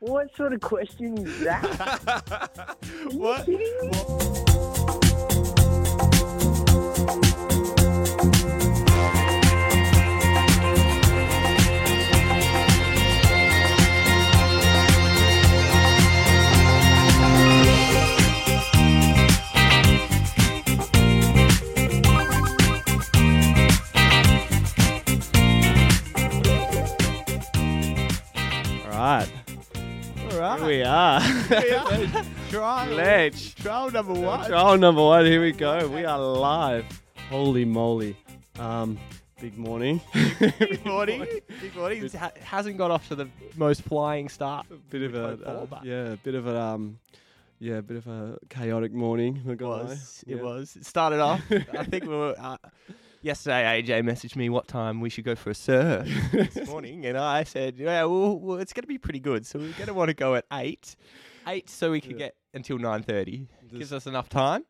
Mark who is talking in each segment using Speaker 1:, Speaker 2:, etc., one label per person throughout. Speaker 1: What sort of question is that?
Speaker 2: What?
Speaker 1: kidding me?
Speaker 3: All right.
Speaker 2: All right.
Speaker 3: Here we are.
Speaker 2: Trial.
Speaker 3: Ledge.
Speaker 2: Trial number one.
Speaker 3: Trial number one. Here we go. We are live. Holy moly. Um, big morning.
Speaker 2: Big morning. Big morning. It ha- hasn't got off to the most flying start.
Speaker 3: bit of
Speaker 2: Like
Speaker 3: a uh,
Speaker 2: Bulba.
Speaker 3: yeah, bit of a um, yeah, bit of a chaotic morning. It
Speaker 2: It was. It was. It started off. I think we were. Uh, yesterday, AJ messaged me what time we should go for a surf this morning, and I said, "Yeah, well, well it's going to be pretty good, so we're going to want to go at eight, eight, so we can
Speaker 3: Yeah.
Speaker 2: get until nine thirty. Gives
Speaker 3: Just
Speaker 2: us enough time.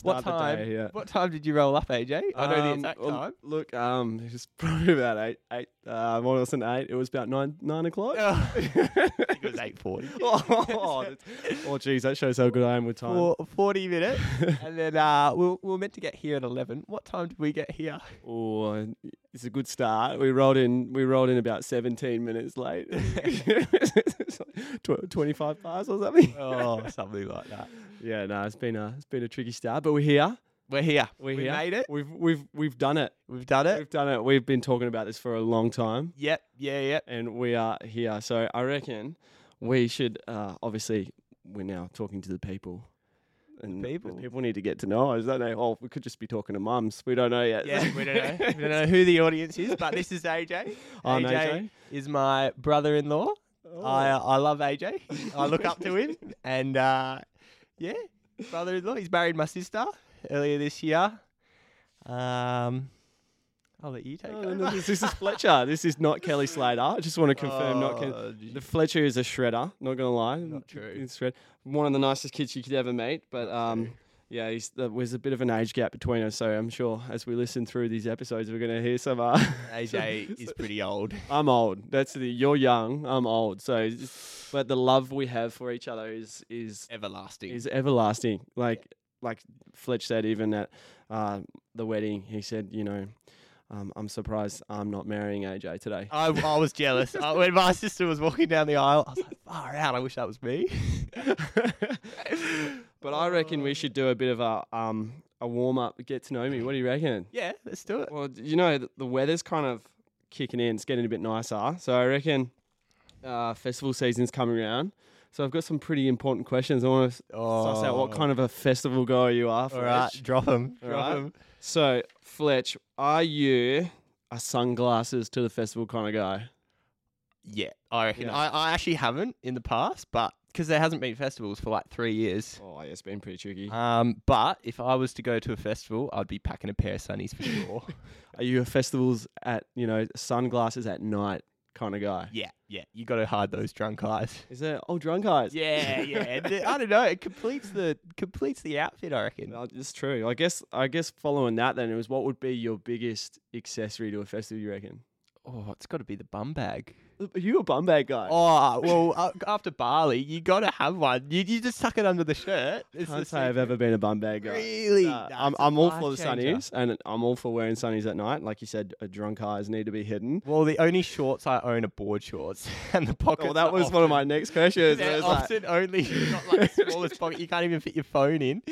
Speaker 2: What time?
Speaker 3: yeah.
Speaker 2: What time did you roll up, AJ? I know the
Speaker 3: Um,
Speaker 2: exact
Speaker 3: well,
Speaker 2: time.
Speaker 3: Look, um, it was probably about eight, eight. Uh, more than eight. It was about nine, nine o'clock.
Speaker 2: I think it was eight forty.
Speaker 3: oh, that's- oh, geez, that shows how good I am with time.
Speaker 2: For forty minutes, and then uh, we, were- we were meant to get here at eleven. What time did we get here?
Speaker 3: Oh, and it's a good start. We rolled in. We rolled in about seventeen minutes late. Tw- Twenty-five bars or something.
Speaker 2: Oh, something like that.
Speaker 3: Yeah, no, it's been a it's been a tricky start, but we're here.
Speaker 2: We're here.
Speaker 3: We're
Speaker 2: we
Speaker 3: here.
Speaker 2: made it.
Speaker 3: We've we've we've done it.
Speaker 2: We've done it.
Speaker 3: We've done it. We've been talking about this for a long time,
Speaker 2: Yep. Yeah. Yep.
Speaker 3: and we are here. So I reckon we should. Uh, obviously, we're now talking to the people. And
Speaker 2: people.
Speaker 3: people need to get to know us, don't they? Oh, we could just be talking to mums. We don't know yet.
Speaker 2: Yeah. we don't know. We don't know who the audience is, but this is AJ.
Speaker 3: I'm AJ.
Speaker 2: is my brother-in-law. I uh, I love AJ. I look up to him, and uh, yeah, brother-in-law. He's married my sister earlier this year. Um, I'll let you take
Speaker 3: No,
Speaker 2: it.
Speaker 3: no, no, this, this is Fletcher. This is not Kelly Slater. I just want to confirm. not Ken- the Fletcher is a shredder. Not gonna lie.
Speaker 2: Oh. Not true.
Speaker 3: He's shred. One of the nicest kids you could ever meet. But um, yeah, he's, there was a bit of an age gap between us. So I'm sure as we listen through these episodes, we're gonna hear some. Uh,
Speaker 2: AJ is pretty old.
Speaker 3: I'm old. That's the you're young. I'm old. So, it's just- but the love we have for each other is is
Speaker 2: Everlasting.
Speaker 3: is everlasting. Like like Fletch said, even at uh, the wedding, he said, you know, um, I'm surprised I'm not marrying AJ today.
Speaker 2: I, I was jealous. I, when my sister was walking down the aisle, I was like, far out, I wish that was me.
Speaker 3: but I reckon we should do a bit of a um a warm up, get to know me. What do you reckon?
Speaker 2: yeah, let's do it.
Speaker 3: Well, d- you know, th- the weather's kind of kicking in. It's getting a bit nicer. So I reckon uh, festival season's coming around. So I've got some pretty important questions. I want to suss out what
Speaker 2: Oh.
Speaker 3: kind of a festival goer you are.
Speaker 2: All
Speaker 3: Fletch.
Speaker 2: right, drop him.
Speaker 3: All
Speaker 2: Drop
Speaker 3: right.
Speaker 2: him.
Speaker 3: So, Fletch, are you a sunglasses to the festival kind of guy?
Speaker 2: Yeah, I reckon.
Speaker 3: Yeah.
Speaker 2: I, I actually haven't in the past, but because there hasn't been festivals for like three years.
Speaker 3: Oh, yeah, it's been pretty tricky.
Speaker 2: Um, but if I was to go to a festival, I'd be packing a pair of sunnies for sure.
Speaker 3: Are you a festivals at, you know, sunglasses at night kind of guy?
Speaker 2: yeah, yeah, you got to hide those drunk eyes.
Speaker 3: Is there, oh, drunk eyes?
Speaker 2: Yeah, yeah. th- I don't know. It completes the completes the outfit. I reckon.
Speaker 3: No, Uh, it's true. I guess. I guess following that, then it was what would be your biggest accessory to a festival? You reckon?
Speaker 2: Oh, it's got to be the bum bag.
Speaker 3: Are you a bum bag guy?
Speaker 2: Oh well, uh, after Bali, you got to have one. You, you just tuck it under the shirt.
Speaker 3: I
Speaker 2: It's the
Speaker 3: can't say I've
Speaker 2: secret.
Speaker 3: ever been a bum bag guy.
Speaker 2: really.
Speaker 3: Nah,
Speaker 2: Nah,
Speaker 3: I'm,
Speaker 2: it's a
Speaker 3: I'm all for the
Speaker 2: life changer.
Speaker 3: sunnies, and I'm all for wearing sunnies at night. Like you said, uh, drunk eyes need to be hidden.
Speaker 2: Well, the only shorts I own are board shorts, and the pockets.
Speaker 3: Well, Oh, that
Speaker 2: are
Speaker 3: was
Speaker 2: often,
Speaker 3: one of my next questions. I
Speaker 2: They're
Speaker 3: was like,
Speaker 2: often only got like the smallest pocket. You can't even fit your phone in.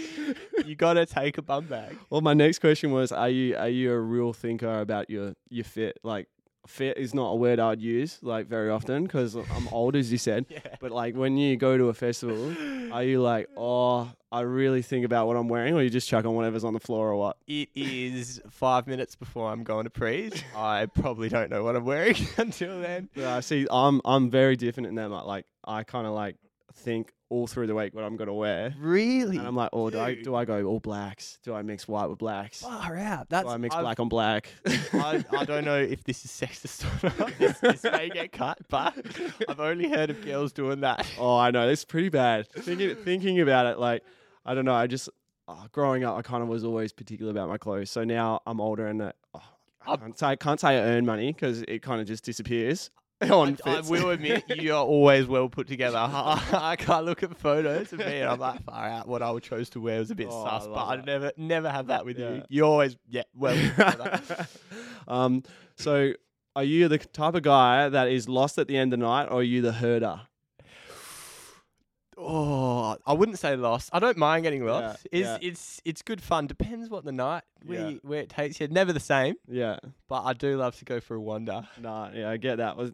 Speaker 2: You gotta take a bum bag.
Speaker 3: well, my next question was, are you are you a real thinker about your your fit? Like, fit is not a word I'd use like very often because I'm old, as you said.
Speaker 2: Yeah.
Speaker 3: But like when you go to a festival, are you like, oh, I really think about what I'm wearing, or you just chuck on whatever's on the floor or what?
Speaker 2: It is five minutes before I'm going to prees. I probably don't know what I'm wearing until then.
Speaker 3: But I see, I'm I'm very different in that. Like, like I kind of like think all through the week what I'm gonna wear,
Speaker 2: Really?
Speaker 3: and I'm like, oh, do I
Speaker 2: Dude.
Speaker 3: do I go all blacks? Do I mix white with blacks?
Speaker 2: far out.
Speaker 3: Do
Speaker 2: That's
Speaker 3: I mix
Speaker 2: I've-
Speaker 3: black on black?
Speaker 2: I, I don't know if this is sexist or not. This, this may get cut, but I've only heard of girls doing that.
Speaker 3: Oh, I know. That's pretty bad. Thinking thinking about it, like I don't know. I just uh, growing up, I kind of was always particular about my clothes. So now I'm older and uh, oh, I
Speaker 2: Up-
Speaker 3: can't say can't say I earn money because it kind of just disappears. on
Speaker 2: I, I
Speaker 3: Fitz.
Speaker 2: will admit, you are always well put together. I, I can't look at photos of me and I'm like, far out. What I chose to wear was a bit
Speaker 3: Oh, I
Speaker 2: sus, but
Speaker 3: love
Speaker 2: I
Speaker 3: that.
Speaker 2: never, never have that with
Speaker 3: Yeah.
Speaker 2: you. You always, yeah, well. put together.
Speaker 3: um, so are you the type of guy that is lost at the end of the night, or are you the herder?
Speaker 2: oh, I wouldn't say lost. I don't mind getting lost.
Speaker 3: Yeah,
Speaker 2: It's, it's, it's good fun. Depends what the night where,
Speaker 3: Yeah.
Speaker 2: you- where it takes you. Never the same,
Speaker 3: Yeah.
Speaker 2: but I do love to go for a wander.
Speaker 3: Nah, yeah, I get that. Was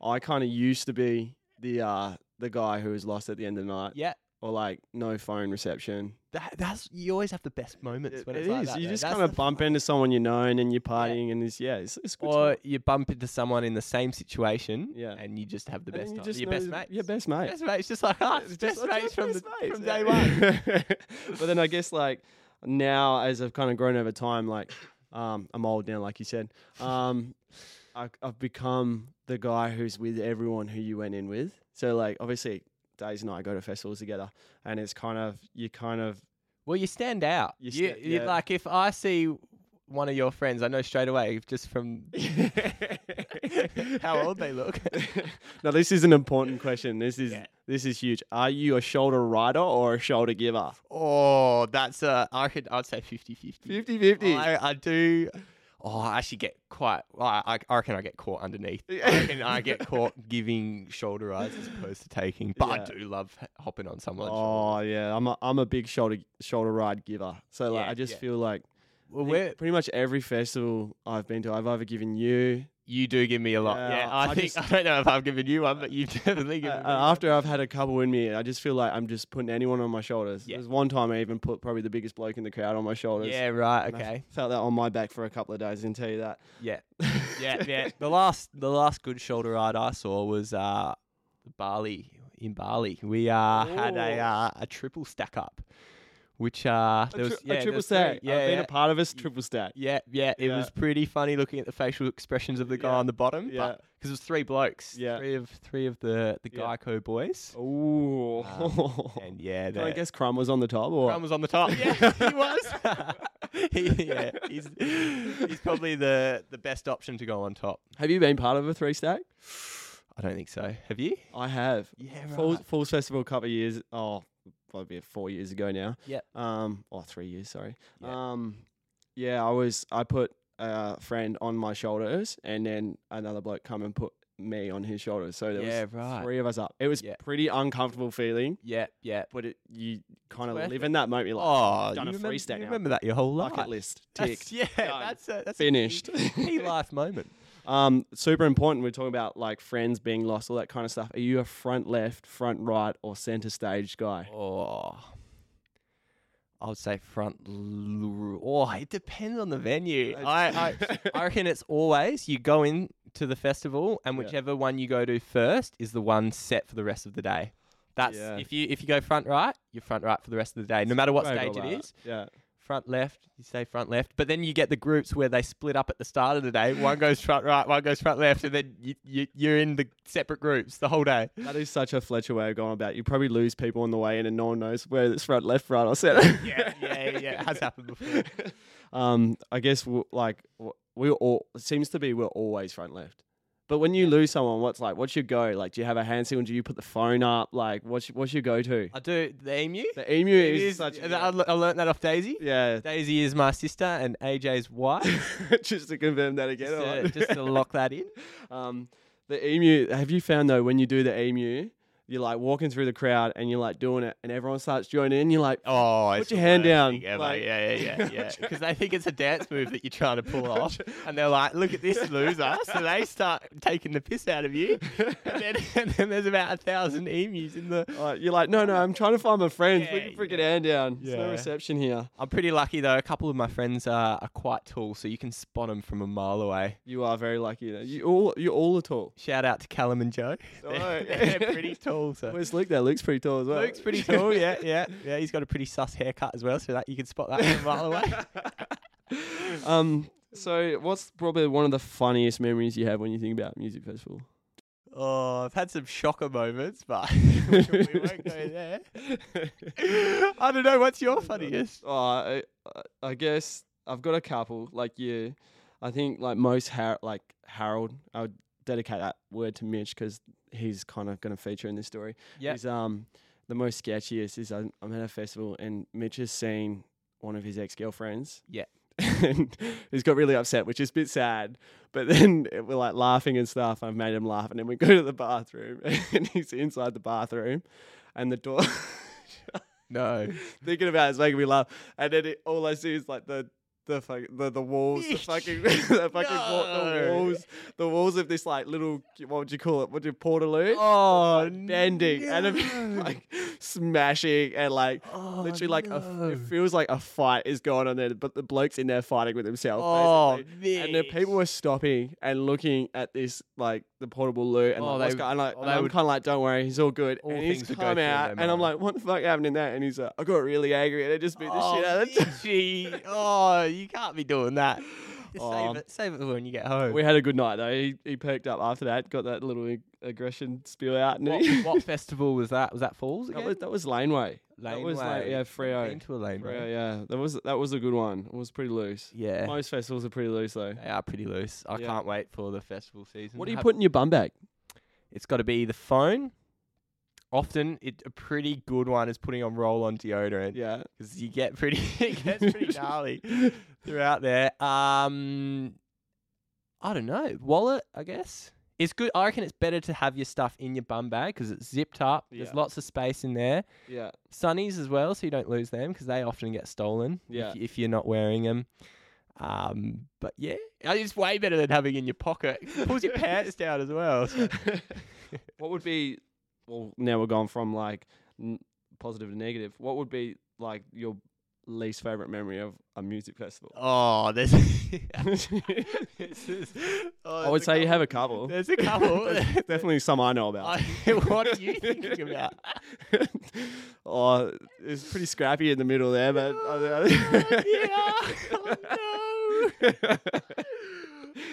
Speaker 3: I kind of used to be the uh the guy who was lost at the end of the night,
Speaker 2: Yeah,
Speaker 3: or like no phone reception.
Speaker 2: that, that's you always have the best moments when
Speaker 3: It
Speaker 2: it's like
Speaker 3: is.
Speaker 2: that,
Speaker 3: you
Speaker 2: though.
Speaker 3: just
Speaker 2: That's
Speaker 3: kind of
Speaker 2: the
Speaker 3: bump into someone you know, and then you're partying, and it's yeah, it's, it's good.
Speaker 2: Or
Speaker 3: time.
Speaker 2: you bump into someone in the same situation,
Speaker 3: Yeah.
Speaker 2: and you just have the
Speaker 3: And
Speaker 2: best
Speaker 3: then
Speaker 2: time.
Speaker 3: just
Speaker 2: your
Speaker 3: know
Speaker 2: best
Speaker 3: the-
Speaker 2: mates.
Speaker 3: Your best mate.
Speaker 2: Best mates, just like us.
Speaker 3: It's
Speaker 2: best
Speaker 3: just-
Speaker 2: mates
Speaker 3: just
Speaker 2: from
Speaker 3: best
Speaker 2: the
Speaker 3: mates,
Speaker 2: from
Speaker 3: yeah.
Speaker 2: day one.
Speaker 3: but then I guess like now, as I've kind of grown over time, like um, I'm old now, like you said, um, I, I've become the guy who's with everyone who you went in with. So like obviously, Days and I go to festivals together, and it's kind of you kind of
Speaker 2: Well, you stand out.
Speaker 3: You
Speaker 2: You,
Speaker 3: sta-
Speaker 2: you-
Speaker 3: yeah.
Speaker 2: like if I see one of your friends, I know straight away if just from how old they look.
Speaker 3: now this is an important question. This is
Speaker 2: Yeah.
Speaker 3: this is huge. Are you a shoulder rider or a shoulder giver?
Speaker 2: Oh, that's uh, I could I'd say 50-50.
Speaker 3: 50-50.
Speaker 2: I, I do. Oh, I actually get quite. well, I, I reckon I get caught underneath. I reckon I get caught giving shoulder eyes as opposed to taking. But
Speaker 3: Yeah.
Speaker 2: I do love h- hopping on someone's. shoulder.
Speaker 3: Oh yeah, I'm a I'm a big shoulder shoulder ride giver. So like
Speaker 2: Yeah,
Speaker 3: I just
Speaker 2: yeah.
Speaker 3: feel like
Speaker 2: Well,
Speaker 3: I think
Speaker 2: we're,
Speaker 3: pretty much every festival I've been to, I've either given you
Speaker 2: you do give me a lot.
Speaker 3: Yeah,
Speaker 2: Yeah,
Speaker 3: I
Speaker 2: I, think
Speaker 3: just-
Speaker 2: I don't know if I've given you one, but you've definitely
Speaker 3: uh,
Speaker 2: given me. one.
Speaker 3: after I've had a couple in me. I just feel like I'm just putting anyone on my shoulders.
Speaker 2: Yeah.
Speaker 3: There's one time I even put probably the biggest bloke in the crowd on my shoulders.
Speaker 2: Yeah, right.
Speaker 3: And I
Speaker 2: Okay.
Speaker 3: felt that on my back for a couple of days. I can tell you that.
Speaker 2: Yeah. Yeah, yeah. The last the last good shoulder ride I saw was uh Bali in Bali. We uh had a
Speaker 3: Ooh.
Speaker 2: uh, a triple stack up. Which uh
Speaker 3: Oh. A,
Speaker 2: there was
Speaker 3: tri-
Speaker 2: yeah,
Speaker 3: a
Speaker 2: there
Speaker 3: triple
Speaker 2: was three.
Speaker 3: stack.
Speaker 2: Yeah,
Speaker 3: I've been
Speaker 2: yeah.
Speaker 3: a part of us triple stack.
Speaker 2: yeah, yeah, it
Speaker 3: Yeah.
Speaker 2: was pretty funny looking at the facial expressions of the guy
Speaker 3: Yeah.
Speaker 2: on the bottom,
Speaker 3: Yeah.
Speaker 2: because it was three blokes,
Speaker 3: Yeah.
Speaker 2: three of three of the the
Speaker 3: Yeah.
Speaker 2: Geico boys,
Speaker 3: Ooh.
Speaker 2: and Ah, yeah,
Speaker 3: Can I
Speaker 2: they're-
Speaker 3: guess Crumb was on the top or
Speaker 2: Crumb was on the top. Yeah, he was. He- yeah, he's, he's probably the the best option to go on top.
Speaker 3: have you been part of a three stack?
Speaker 2: I don't think so. Have you?
Speaker 3: I have.
Speaker 2: Yeah,
Speaker 3: Falls, Falls Festival a couple of years. Oh, probably four years ago now.
Speaker 2: Yep.
Speaker 3: Um, or three years. Sorry.
Speaker 2: Yep.
Speaker 3: Um, yeah, I was. I put a friend on my shoulders, and then another bloke come and put me on his shoulders. So there
Speaker 2: Yeah,
Speaker 3: was
Speaker 2: right.
Speaker 3: three of us up. It was
Speaker 2: Yeah.
Speaker 3: pretty uncomfortable feeling,
Speaker 2: Yeah, yeah.
Speaker 3: but it, you kind of
Speaker 2: worth
Speaker 3: live in that moment. You're like,
Speaker 2: Oh,
Speaker 3: done a
Speaker 2: you,
Speaker 3: free
Speaker 2: remember,
Speaker 3: stack
Speaker 2: you
Speaker 3: now.
Speaker 2: remember that your whole life.
Speaker 3: bucket list
Speaker 2: That's-
Speaker 3: ticked.
Speaker 2: yeah,
Speaker 3: Done.
Speaker 2: that's a, that's
Speaker 3: Finished.
Speaker 2: A key, key life moment.
Speaker 3: Um, super important. We're talking about like friends being lost, all that kind of stuff. Are you a front left, front right, or center stage guy?
Speaker 2: Oh, I would say front. l- Oh, it depends on the venue. Oh, I, I, I reckon it's always you go in to the festival, and
Speaker 3: Yeah.
Speaker 2: whichever one you go to first is the one set for the rest of the day. That's
Speaker 3: Yeah.
Speaker 2: if you if you go front right, you're front right for the rest of the day, no matter what
Speaker 3: Sorry
Speaker 2: stage it
Speaker 3: about that.
Speaker 2: is.
Speaker 3: Yeah.
Speaker 2: Front left, you say front left, but then you get the groups where they split up at the start of the day. One goes front right, one goes front left, and then you, you, you're in the separate groups the whole day.
Speaker 3: That is such a Fletcher way of going about. it. You probably lose people on the way in, and no one knows where it's front, left, right, or center.
Speaker 2: Yeah, yeah, yeah. It has happened before.
Speaker 3: um, I guess w like w- we all it seems to be we're always front left. But when you lose someone, what's like? What's your go? Like, do you have a hand signal? Do you put the phone up? Like, what's what's your go to?
Speaker 2: I do the emu.
Speaker 3: The emu
Speaker 2: It
Speaker 3: is,
Speaker 2: is,
Speaker 3: such.
Speaker 2: I, l- I learned that off Daisy.
Speaker 3: yeah,
Speaker 2: Daisy is my sister and AJ's wife.
Speaker 3: just to confirm that again.
Speaker 2: just,
Speaker 3: all
Speaker 2: to,
Speaker 3: right.
Speaker 2: just to lock that in.
Speaker 3: Um, the emu. Have you found though when you do the emu, you're like walking through the crowd and you're like doing it, and everyone starts joining in. You're like,
Speaker 2: Oh,
Speaker 3: Put your hand down, like-
Speaker 2: Like, yeah, yeah, yeah, yeah. Because they think it's a dance move that you're trying to pull off, and they're like, "Look at this loser!" So they start taking the piss out of you, and then, and then there's about a thousand emus in the.
Speaker 3: Uh, you're like, no, no, I'm trying to find my friends. Put
Speaker 2: Yeah,
Speaker 3: your freaking hand down. There's no
Speaker 2: Yeah.
Speaker 3: reception here.
Speaker 2: I'm pretty lucky though. A couple of my friends are, are quite tall, so you can spot them from a mile away.
Speaker 3: You are very lucky. Though. You all, you all are tall.
Speaker 2: Shout out to Callum and Joe.
Speaker 3: Oh.
Speaker 2: They're, they're pretty tall. So.
Speaker 3: Where's Luke? There, Luke's pretty tall as well.
Speaker 2: Luke's pretty tall, yeah, yeah, yeah. He's got a pretty sus haircut as well, so that you can spot that from a mile away.
Speaker 3: um, so what's probably one of the funniest memories you have when you think about music festival?
Speaker 2: Oh, I've had some shocker moments, but we won't go there. I don't know. What's your funniest?
Speaker 3: Oh, I, I- I guess I've got a couple. Like you, I think like most Har- like Harold. I would dedicate that word to Mitch because he's kind of going to feature in this story.
Speaker 2: Yeah.
Speaker 3: Is um the most sketchiest is um, I'm, I'm at a festival and Mitch has seen one of his ex girlfriends.
Speaker 2: Yeah.
Speaker 3: And he's got really upset, which is a bit sad. But then we're like laughing and stuff. I've made him laugh, and then we go to the bathroom, and he's inside the bathroom, and the door.
Speaker 2: No.
Speaker 3: thinking about it is making me laugh. And then it, all I see is like the the fuck, the, the walls, the fucking the fucking wa- the
Speaker 2: No.
Speaker 3: walls, the walls of this like little what would you call it? What do you portaloo?
Speaker 2: Oh,
Speaker 3: Bending and I'm
Speaker 2: no.
Speaker 3: like smashing and like
Speaker 2: Oh,
Speaker 3: literally like a f it
Speaker 2: no.
Speaker 3: feels like a fight is going on there, but the bloke's in there fighting with himself.
Speaker 2: Oh,
Speaker 3: basically. and the people were stopping and looking at this like the portable loo and
Speaker 2: Oh,
Speaker 3: like, what's
Speaker 2: they-
Speaker 3: going on? Like,
Speaker 2: oh,
Speaker 3: and
Speaker 2: they
Speaker 3: I'm
Speaker 2: would-
Speaker 3: kind of like, don't worry, he's all good.
Speaker 2: All
Speaker 3: and he's
Speaker 2: things would go
Speaker 3: come
Speaker 2: through
Speaker 3: out,
Speaker 2: their
Speaker 3: and I'm
Speaker 2: mind.
Speaker 3: like, what the fuck happened in that? And he's like, I got really angry and I just beat the
Speaker 2: Oh,
Speaker 3: shit out of it.
Speaker 2: Mitchie. oh, you can't be doing that. Just
Speaker 3: Oh.
Speaker 2: Save it, save it for when you get home.
Speaker 3: We had a good night though. He, he perked up after that, got that little ag- aggression spew out. And he-
Speaker 2: what, what festival was that? Was that Falls again?
Speaker 3: that, was, that was laneway. That was like,
Speaker 2: Laneway.
Speaker 3: yeah,
Speaker 2: I've
Speaker 3: Freo.
Speaker 2: Been to a laneway.
Speaker 3: Freo, yeah, that was that was a good one. It was pretty loose.
Speaker 2: Yeah,
Speaker 3: Most festivals are pretty loose though.
Speaker 2: they are pretty loose. I
Speaker 3: Yeah.
Speaker 2: can't wait for the festival season.
Speaker 3: What do you
Speaker 2: Have-
Speaker 3: put in your bum bag?
Speaker 2: It's got to be the phone. Often, it, a pretty good one is putting on roll-on deodorant.
Speaker 3: Yeah.
Speaker 2: because you get pretty it gets pretty gnarly throughout there. Um, I don't know wallet. I guess it's good. I reckon it's better to have your stuff in your bum bag because it's zipped up.
Speaker 3: Yeah.
Speaker 2: There's lots of space in there.
Speaker 3: Yeah.
Speaker 2: Sunnies as well, so you don't lose them because they often get stolen
Speaker 3: Yeah.
Speaker 2: if, if you're not wearing them. Um, but yeah, uh, it's way better than having in your pocket. Pulls your pants down as well. so-
Speaker 3: what would be well now we're gone from like n- positive to negative what would be like your least favorite memory of a music festival
Speaker 2: Oh, there's. This is- oh,
Speaker 3: i would
Speaker 2: there's
Speaker 3: say you have
Speaker 2: couple-
Speaker 3: a couple
Speaker 2: There's a couple.
Speaker 3: There's definitely some i know about
Speaker 2: I, what are you thinking about?
Speaker 3: oh it's pretty scrappy in the middle there but
Speaker 2: Oh, yeah. Oh, no.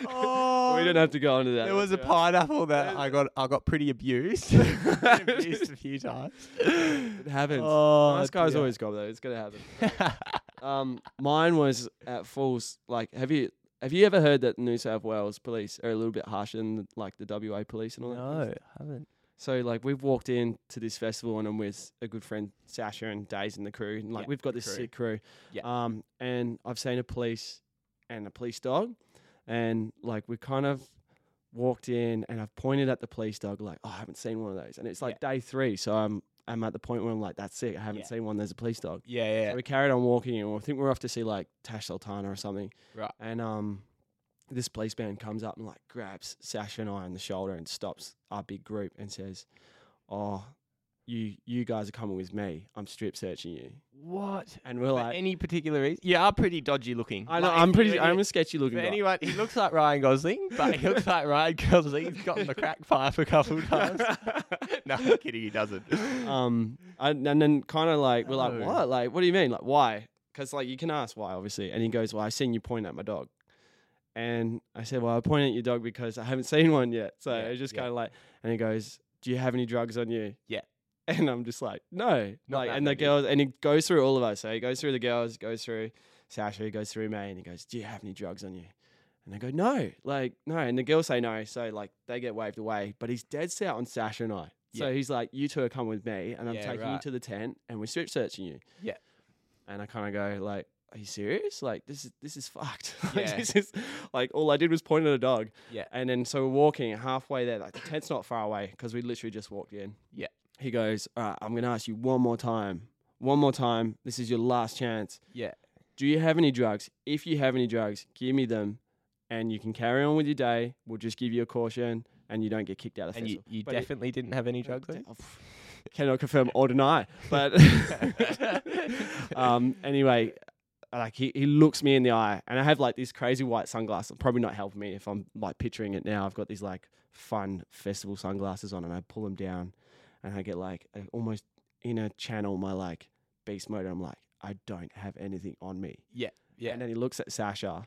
Speaker 2: Oh,
Speaker 3: we don't have to go into that
Speaker 2: There was a
Speaker 3: Yeah.
Speaker 2: pineapple that I got. I got pretty abused. abused a few times.
Speaker 3: it happens
Speaker 2: Oh,
Speaker 3: nice guys
Speaker 2: dear.
Speaker 3: always got that it's gonna happen Um, mine was at Falls. Like, have you have you ever heard that New South Wales police are a little bit harsher than like the WA police and all that? kind of
Speaker 2: no,
Speaker 3: stuff?
Speaker 2: haven't.
Speaker 3: So like, we've walked in to this festival and I'm with a good friend Sasha and Days and the crew, and like
Speaker 2: Yeah,
Speaker 3: we've got
Speaker 2: the
Speaker 3: this
Speaker 2: crew.
Speaker 3: sick crew.
Speaker 2: Yeah.
Speaker 3: Um, and I've seen a police and a police dog, and like we kind of walked in and I've pointed at the police dog like, oh, I haven't seen one of those, and it's like day three, so I'm I'm at the point where I'm like, that's sick, I haven't
Speaker 2: Yeah.
Speaker 3: seen one. There's a police dog.
Speaker 2: Yeah, yeah.
Speaker 3: So we carried on walking, and I think we were off to see like Tash Sultana or something.
Speaker 2: Right.
Speaker 3: And um, this police band comes up and like grabs Sasha and I on the shoulder and stops our big group and says, "Oh, you you guys are coming with me. I'm strip searching you."
Speaker 2: What?
Speaker 3: And we're
Speaker 2: For
Speaker 3: like,
Speaker 2: any particular reason? You are pretty dodgy looking.
Speaker 3: "I know.
Speaker 2: Like,
Speaker 3: I'm
Speaker 2: if
Speaker 3: pretty.
Speaker 2: you-
Speaker 3: I'm a sketchy
Speaker 2: For
Speaker 3: looking guy."
Speaker 2: anyone, he looks like Ryan Gosling, but he looks like Ryan Gosling. He's gotten the crack pipe a couple of times. no, I'm kidding, he doesn't.
Speaker 3: um, and, and then kind of like we're like,
Speaker 2: No.
Speaker 3: "What? Like, what do you mean? Like, why?" Because like you can ask why, obviously. And he goes, "Well, I seen you point at my dog." And I said, "Well, I point at your dog because I haven't seen one yet." So
Speaker 2: Yeah,
Speaker 3: it's just
Speaker 2: yeah.
Speaker 3: kind of like, and he goes, "Do you have any drugs on you?"
Speaker 2: Yeah.
Speaker 3: And I'm just like, "No."
Speaker 2: Not
Speaker 3: like,
Speaker 2: that
Speaker 3: and the
Speaker 2: many.
Speaker 3: girls, and he goes through all of us. So he goes through the girls, goes through Sasha, he goes through me, and he goes, "Do you have any drugs on you?" And they go, "No, like no." And the girls say no, so like they get waved away. But he's dead set on Sasha and I. So
Speaker 2: Yeah.
Speaker 3: he's like, "You two are coming with me, and I'm
Speaker 2: Yeah,
Speaker 3: taking you
Speaker 2: right.
Speaker 3: to the tent, and we're strip searching you."
Speaker 2: Yeah.
Speaker 3: And I kind of go like, "Are you serious? Like this is this is fucked. like,
Speaker 2: Yeah.
Speaker 3: This is like all I did was point at a dog."
Speaker 2: Yeah.
Speaker 3: And then so we're walking and halfway there. Like the tent's not far away because we literally just walked in.
Speaker 2: Yeah.
Speaker 3: He goes, "All right, I'm gonna ask you one more time. One more time. This is your last chance."
Speaker 2: Yeah.
Speaker 3: do you have any drugs? If you have any drugs, give me them, and you can carry on with your day. We'll just give you a caution, and you don't get kicked out of
Speaker 2: And you,
Speaker 3: festival.
Speaker 2: you
Speaker 3: But it-
Speaker 2: definitely didn't have any drugs on you?
Speaker 3: Cannot confirm or deny, but um, anyway, like he, he looks me in the eye, and I have like these crazy white sunglasses. Probably not helping me if I'm like picturing it now. I've got these like fun festival sunglasses on, and I pull them down, and I get like I almost in a channel my like beast mode. And I'm like, I don't have anything on me.
Speaker 2: Yeah.
Speaker 3: And then he looks at Sasha,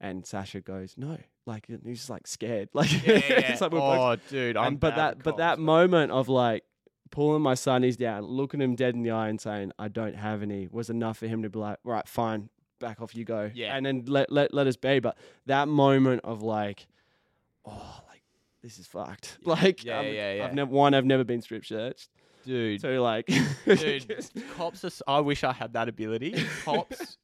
Speaker 3: and Sasha goes, "No." Like and he's like scared. Like
Speaker 2: yeah, yeah, yeah.
Speaker 3: it's like we're both
Speaker 2: oh, dude, I'm
Speaker 3: and, but
Speaker 2: bad
Speaker 3: that
Speaker 2: with
Speaker 3: but that
Speaker 2: cops.
Speaker 3: moment of like pulling my sunnies down, looking him dead in the eye, and saying I don't have any was enough for him to be like, right, fine, back off you go,
Speaker 2: Yeah.
Speaker 3: and then let let let us be. But that moment of like, oh, like this is fucked. Like,
Speaker 2: Yeah,
Speaker 3: um,
Speaker 2: yeah, yeah.
Speaker 3: I've never one, I've never been strip searched.
Speaker 2: dude.
Speaker 3: Two, like,
Speaker 2: Dude, cops are. s- I wish I had that ability. Cops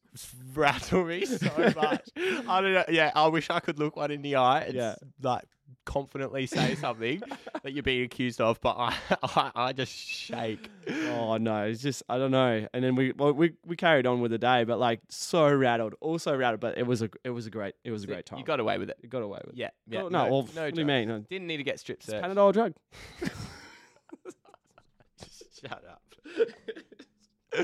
Speaker 2: rattle me so much. I don't know. Yeah, I wish I could look one in the eye and
Speaker 3: Yeah.
Speaker 2: s- like confidently say something that you're being accused of, but I, I, I just shake.
Speaker 3: oh no, it's just I don't know. And then we well, we we carried on with the day, but like so rattled, also rattled. But it was a it was a great it was a great time.
Speaker 2: You got away with it.
Speaker 3: it got away with. it.
Speaker 2: Yeah. yeah
Speaker 3: Oh, no, well,
Speaker 2: no
Speaker 3: what do
Speaker 2: drugs.
Speaker 3: you mean? Uh,
Speaker 2: Didn't need to get strip
Speaker 3: It's
Speaker 2: searched.
Speaker 3: Panadol drug.
Speaker 2: Shut up.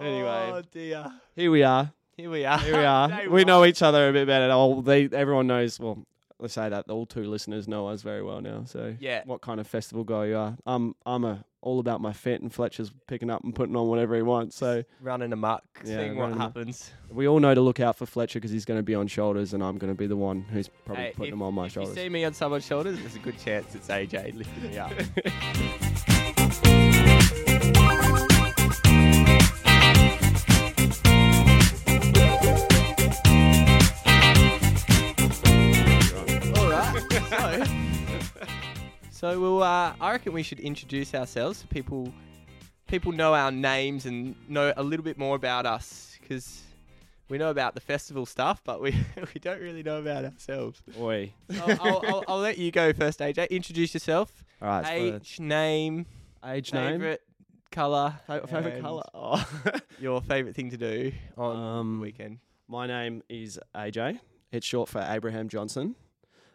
Speaker 3: Anyway.
Speaker 2: Oh dear.
Speaker 3: Here we are.
Speaker 2: Here we are.
Speaker 3: Here we are. we know each other a bit better. Oh, they everyone knows. Well, let's say that all two listeners know us very well now. So
Speaker 2: Yeah.
Speaker 3: what kind of festival guy you are? Um, I'm a all about my fit, and Fletcher's picking up and putting on whatever he wants. So
Speaker 2: Running amok,
Speaker 3: Yeah,
Speaker 2: seeing
Speaker 3: running
Speaker 2: what
Speaker 3: amok.
Speaker 2: happens.
Speaker 3: we all know to look out for Fletcher because he's going to be on shoulders, and I'm going to be the one who's probably
Speaker 2: Hey,
Speaker 3: putting
Speaker 2: if-
Speaker 3: them on my
Speaker 2: If you
Speaker 3: shoulders.
Speaker 2: see me on someone's shoulders, there's a good chance it's AJ lifting me up. All right. So, so we'll. Uh, I reckon we should introduce ourselves. so People, people know our names and know a little bit more about us because we know about the festival stuff, but we we don't really know about ourselves.
Speaker 3: Oi.
Speaker 2: I'll, I'll, I'll, I'll let you go first, AJ. Introduce yourself.
Speaker 3: All right. it's
Speaker 2: Age, name,
Speaker 3: for age name.
Speaker 2: favorite color,
Speaker 3: Fa- favorite color.
Speaker 2: your favorite thing to do on the
Speaker 3: um,
Speaker 2: weekend.
Speaker 3: my name is AJ. It's short for Abraham Johnson.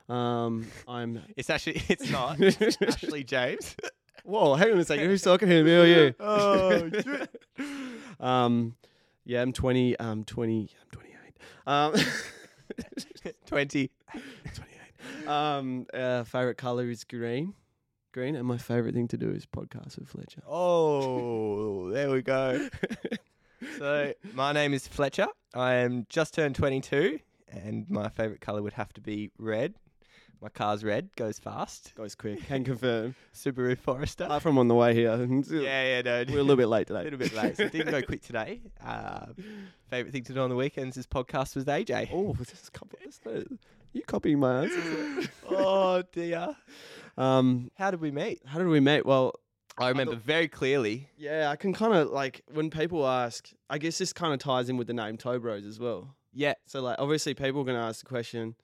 Speaker 3: Um, I'm.
Speaker 2: It's actually it's not it's Ashley James.
Speaker 3: Whoa, hang on a second. Who's talking here? Who are you?
Speaker 2: Oh, shit.
Speaker 3: um, yeah, I'm 20. I'm 20. I'm 28. Um,
Speaker 2: Twenty.
Speaker 3: 28. Um, uh, favorite color is green. Green, and my favorite thing to do is podcast with Fletcher.
Speaker 2: Oh, there we go. So my name is Fletcher. I am just turned 22, and my favorite color would have to be red. My car's red, goes fast.
Speaker 3: Goes quick. Can confirm.
Speaker 2: Subaru Forester.
Speaker 3: Apart from on the way here,
Speaker 2: yeah, yeah, no.
Speaker 3: we're a little bit late
Speaker 2: a
Speaker 3: today.
Speaker 2: little bit late. So it didn't go quick today. Uh, favorite thing to do on the weekends is podcast with AJ.
Speaker 3: Oh, this couple. This, you copying my answer?
Speaker 2: oh dear.
Speaker 3: Um,
Speaker 2: How did we meet?
Speaker 3: how did we meet? Well,
Speaker 2: I remember very clearly.
Speaker 3: yeah, I can kind of like when people ask. I guess this kind of ties in with the name Tobros as well.
Speaker 2: Yeah,
Speaker 3: So like, obviously, people are gonna ask the question,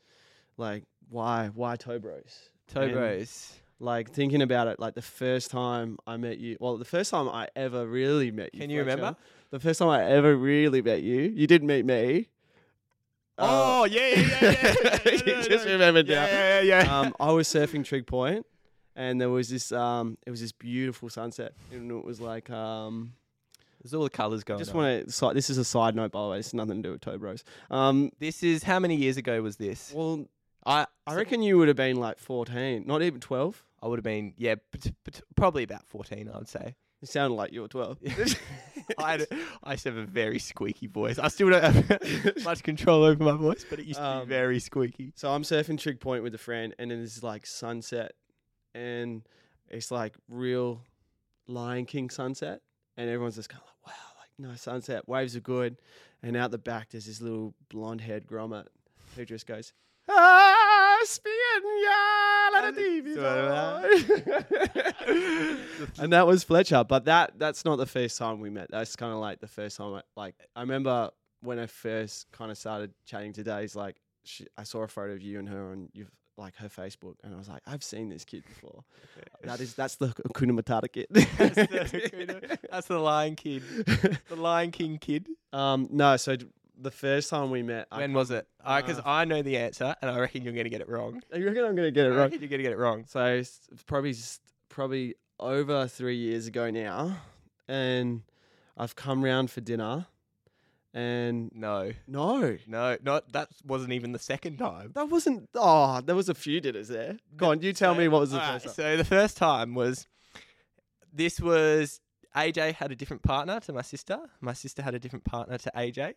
Speaker 3: like, why, why Tobros?
Speaker 2: Tobros.
Speaker 3: Like thinking about it, like the first time I met you. Well, the first time I ever really met you.
Speaker 2: Can you remember?
Speaker 3: Fletcher, The first time I ever really met you. You did meet me. Uh,
Speaker 2: Oh, yeah,
Speaker 3: You just remembered now.
Speaker 2: Yeah, yeah, yeah.
Speaker 3: um, I was surfing Trig Point, and there was this um, it was this beautiful sunset, and it was like um,
Speaker 2: There's all the colors going.
Speaker 3: just
Speaker 2: on.
Speaker 3: want to. This is a side note, by the way. It's nothing to do with Toe Bros. Um,
Speaker 2: This is how many years ago was this?
Speaker 3: well,
Speaker 2: I
Speaker 3: I reckon you would have been like fourteen, not even twelve.
Speaker 2: I would have been yeah, p- p- probably about 14, I'd say.
Speaker 3: You sounded like you were twelve.
Speaker 2: I had, I used to have a very squeaky voice. I still don't have much control over my voice, but it used to
Speaker 3: Um,
Speaker 2: be very squeaky.
Speaker 3: So I'm surfing Trig Point with a friend, and then it's like sunset, and it's like real Lion King sunset, and everyone's just kind of like, wow, like nice sunset, waves are good, and out the back there's this little blonde-haired grommet who just goes. Ah, spin, yeah, let it leave you alone." and that was Fletcher, but that that's not the first time we met. That's kind of like the first time. I, like I remember when I first kind of started chatting today. Is like she, I saw a photo of you and her on you like her Facebook, and I was like, I've seen this kid before. that is that's the Hakuna Matata kid.
Speaker 2: That's the, that's the Lion Kid. The Lion King kid.
Speaker 3: um, no, so d- the first time we met, I,
Speaker 2: When was it? Because
Speaker 3: Uh,
Speaker 2: I know the answer, and I reckon you're going to get it wrong.
Speaker 3: I reckon I'm gonna get
Speaker 2: I
Speaker 3: it wrong.
Speaker 2: reckon you're going to get it wrong.
Speaker 3: So it's probably s- probably over three years ago now, and I've come round for dinner, and
Speaker 2: No,
Speaker 3: no,
Speaker 2: no, not that wasn't even the second time.
Speaker 3: that wasn't. Oh, there was a few dinners there. Go on, you tell me what was the
Speaker 2: Alright,
Speaker 3: first. one.
Speaker 2: So the first time was this was AJ had a different partner to my sister. My sister had a different partner to AJ,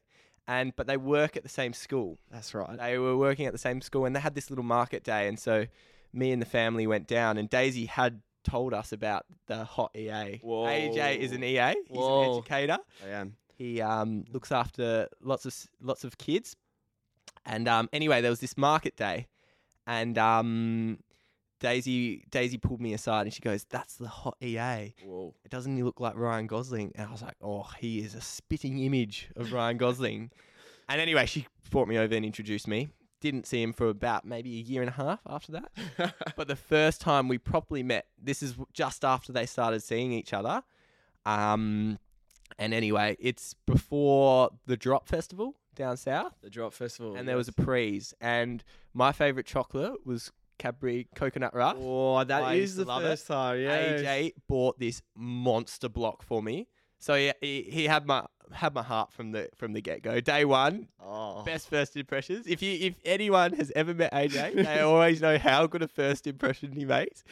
Speaker 2: and but they work at the same school.
Speaker 3: That's right.
Speaker 2: They were working at the same school, and they had this little market day. And so me and the family went down, and Daisy had told us about the hot E EA. AJ is an EA. He's
Speaker 3: Whoa.
Speaker 2: an educator.
Speaker 3: I am.
Speaker 2: He um, looks after lots of s- lots of kids. And um, anyway, there was this market day, and um, Daisy Daisy pulled me aside and she goes, "That's the hot E EA.
Speaker 3: Whoa.
Speaker 2: It doesn't he look like Ryan Gosling?" And I was like, "Oh, he is a spitting image of Ryan Gosling." and anyway, she brought me over and introduced me. Didn't see him for about maybe a year and a half after that. But the first time we properly met, this is just after they started seeing each other. Um, and anyway, it's before the Drop Festival down south,
Speaker 3: the Drop Festival.
Speaker 2: and there was a prees. And my favorite chocolate was Cadbury Coconut Rough.
Speaker 3: Oh, that
Speaker 2: I
Speaker 3: is
Speaker 2: used
Speaker 3: the
Speaker 2: to love it.
Speaker 3: first time. Yeah.
Speaker 2: AJ bought this monster block for me, so yeah, he, he had my had my heart from the from the get go. Day one,
Speaker 3: Oh.
Speaker 2: best first impressions. If you if anyone has ever met AJ, they always know how good a first impression he makes.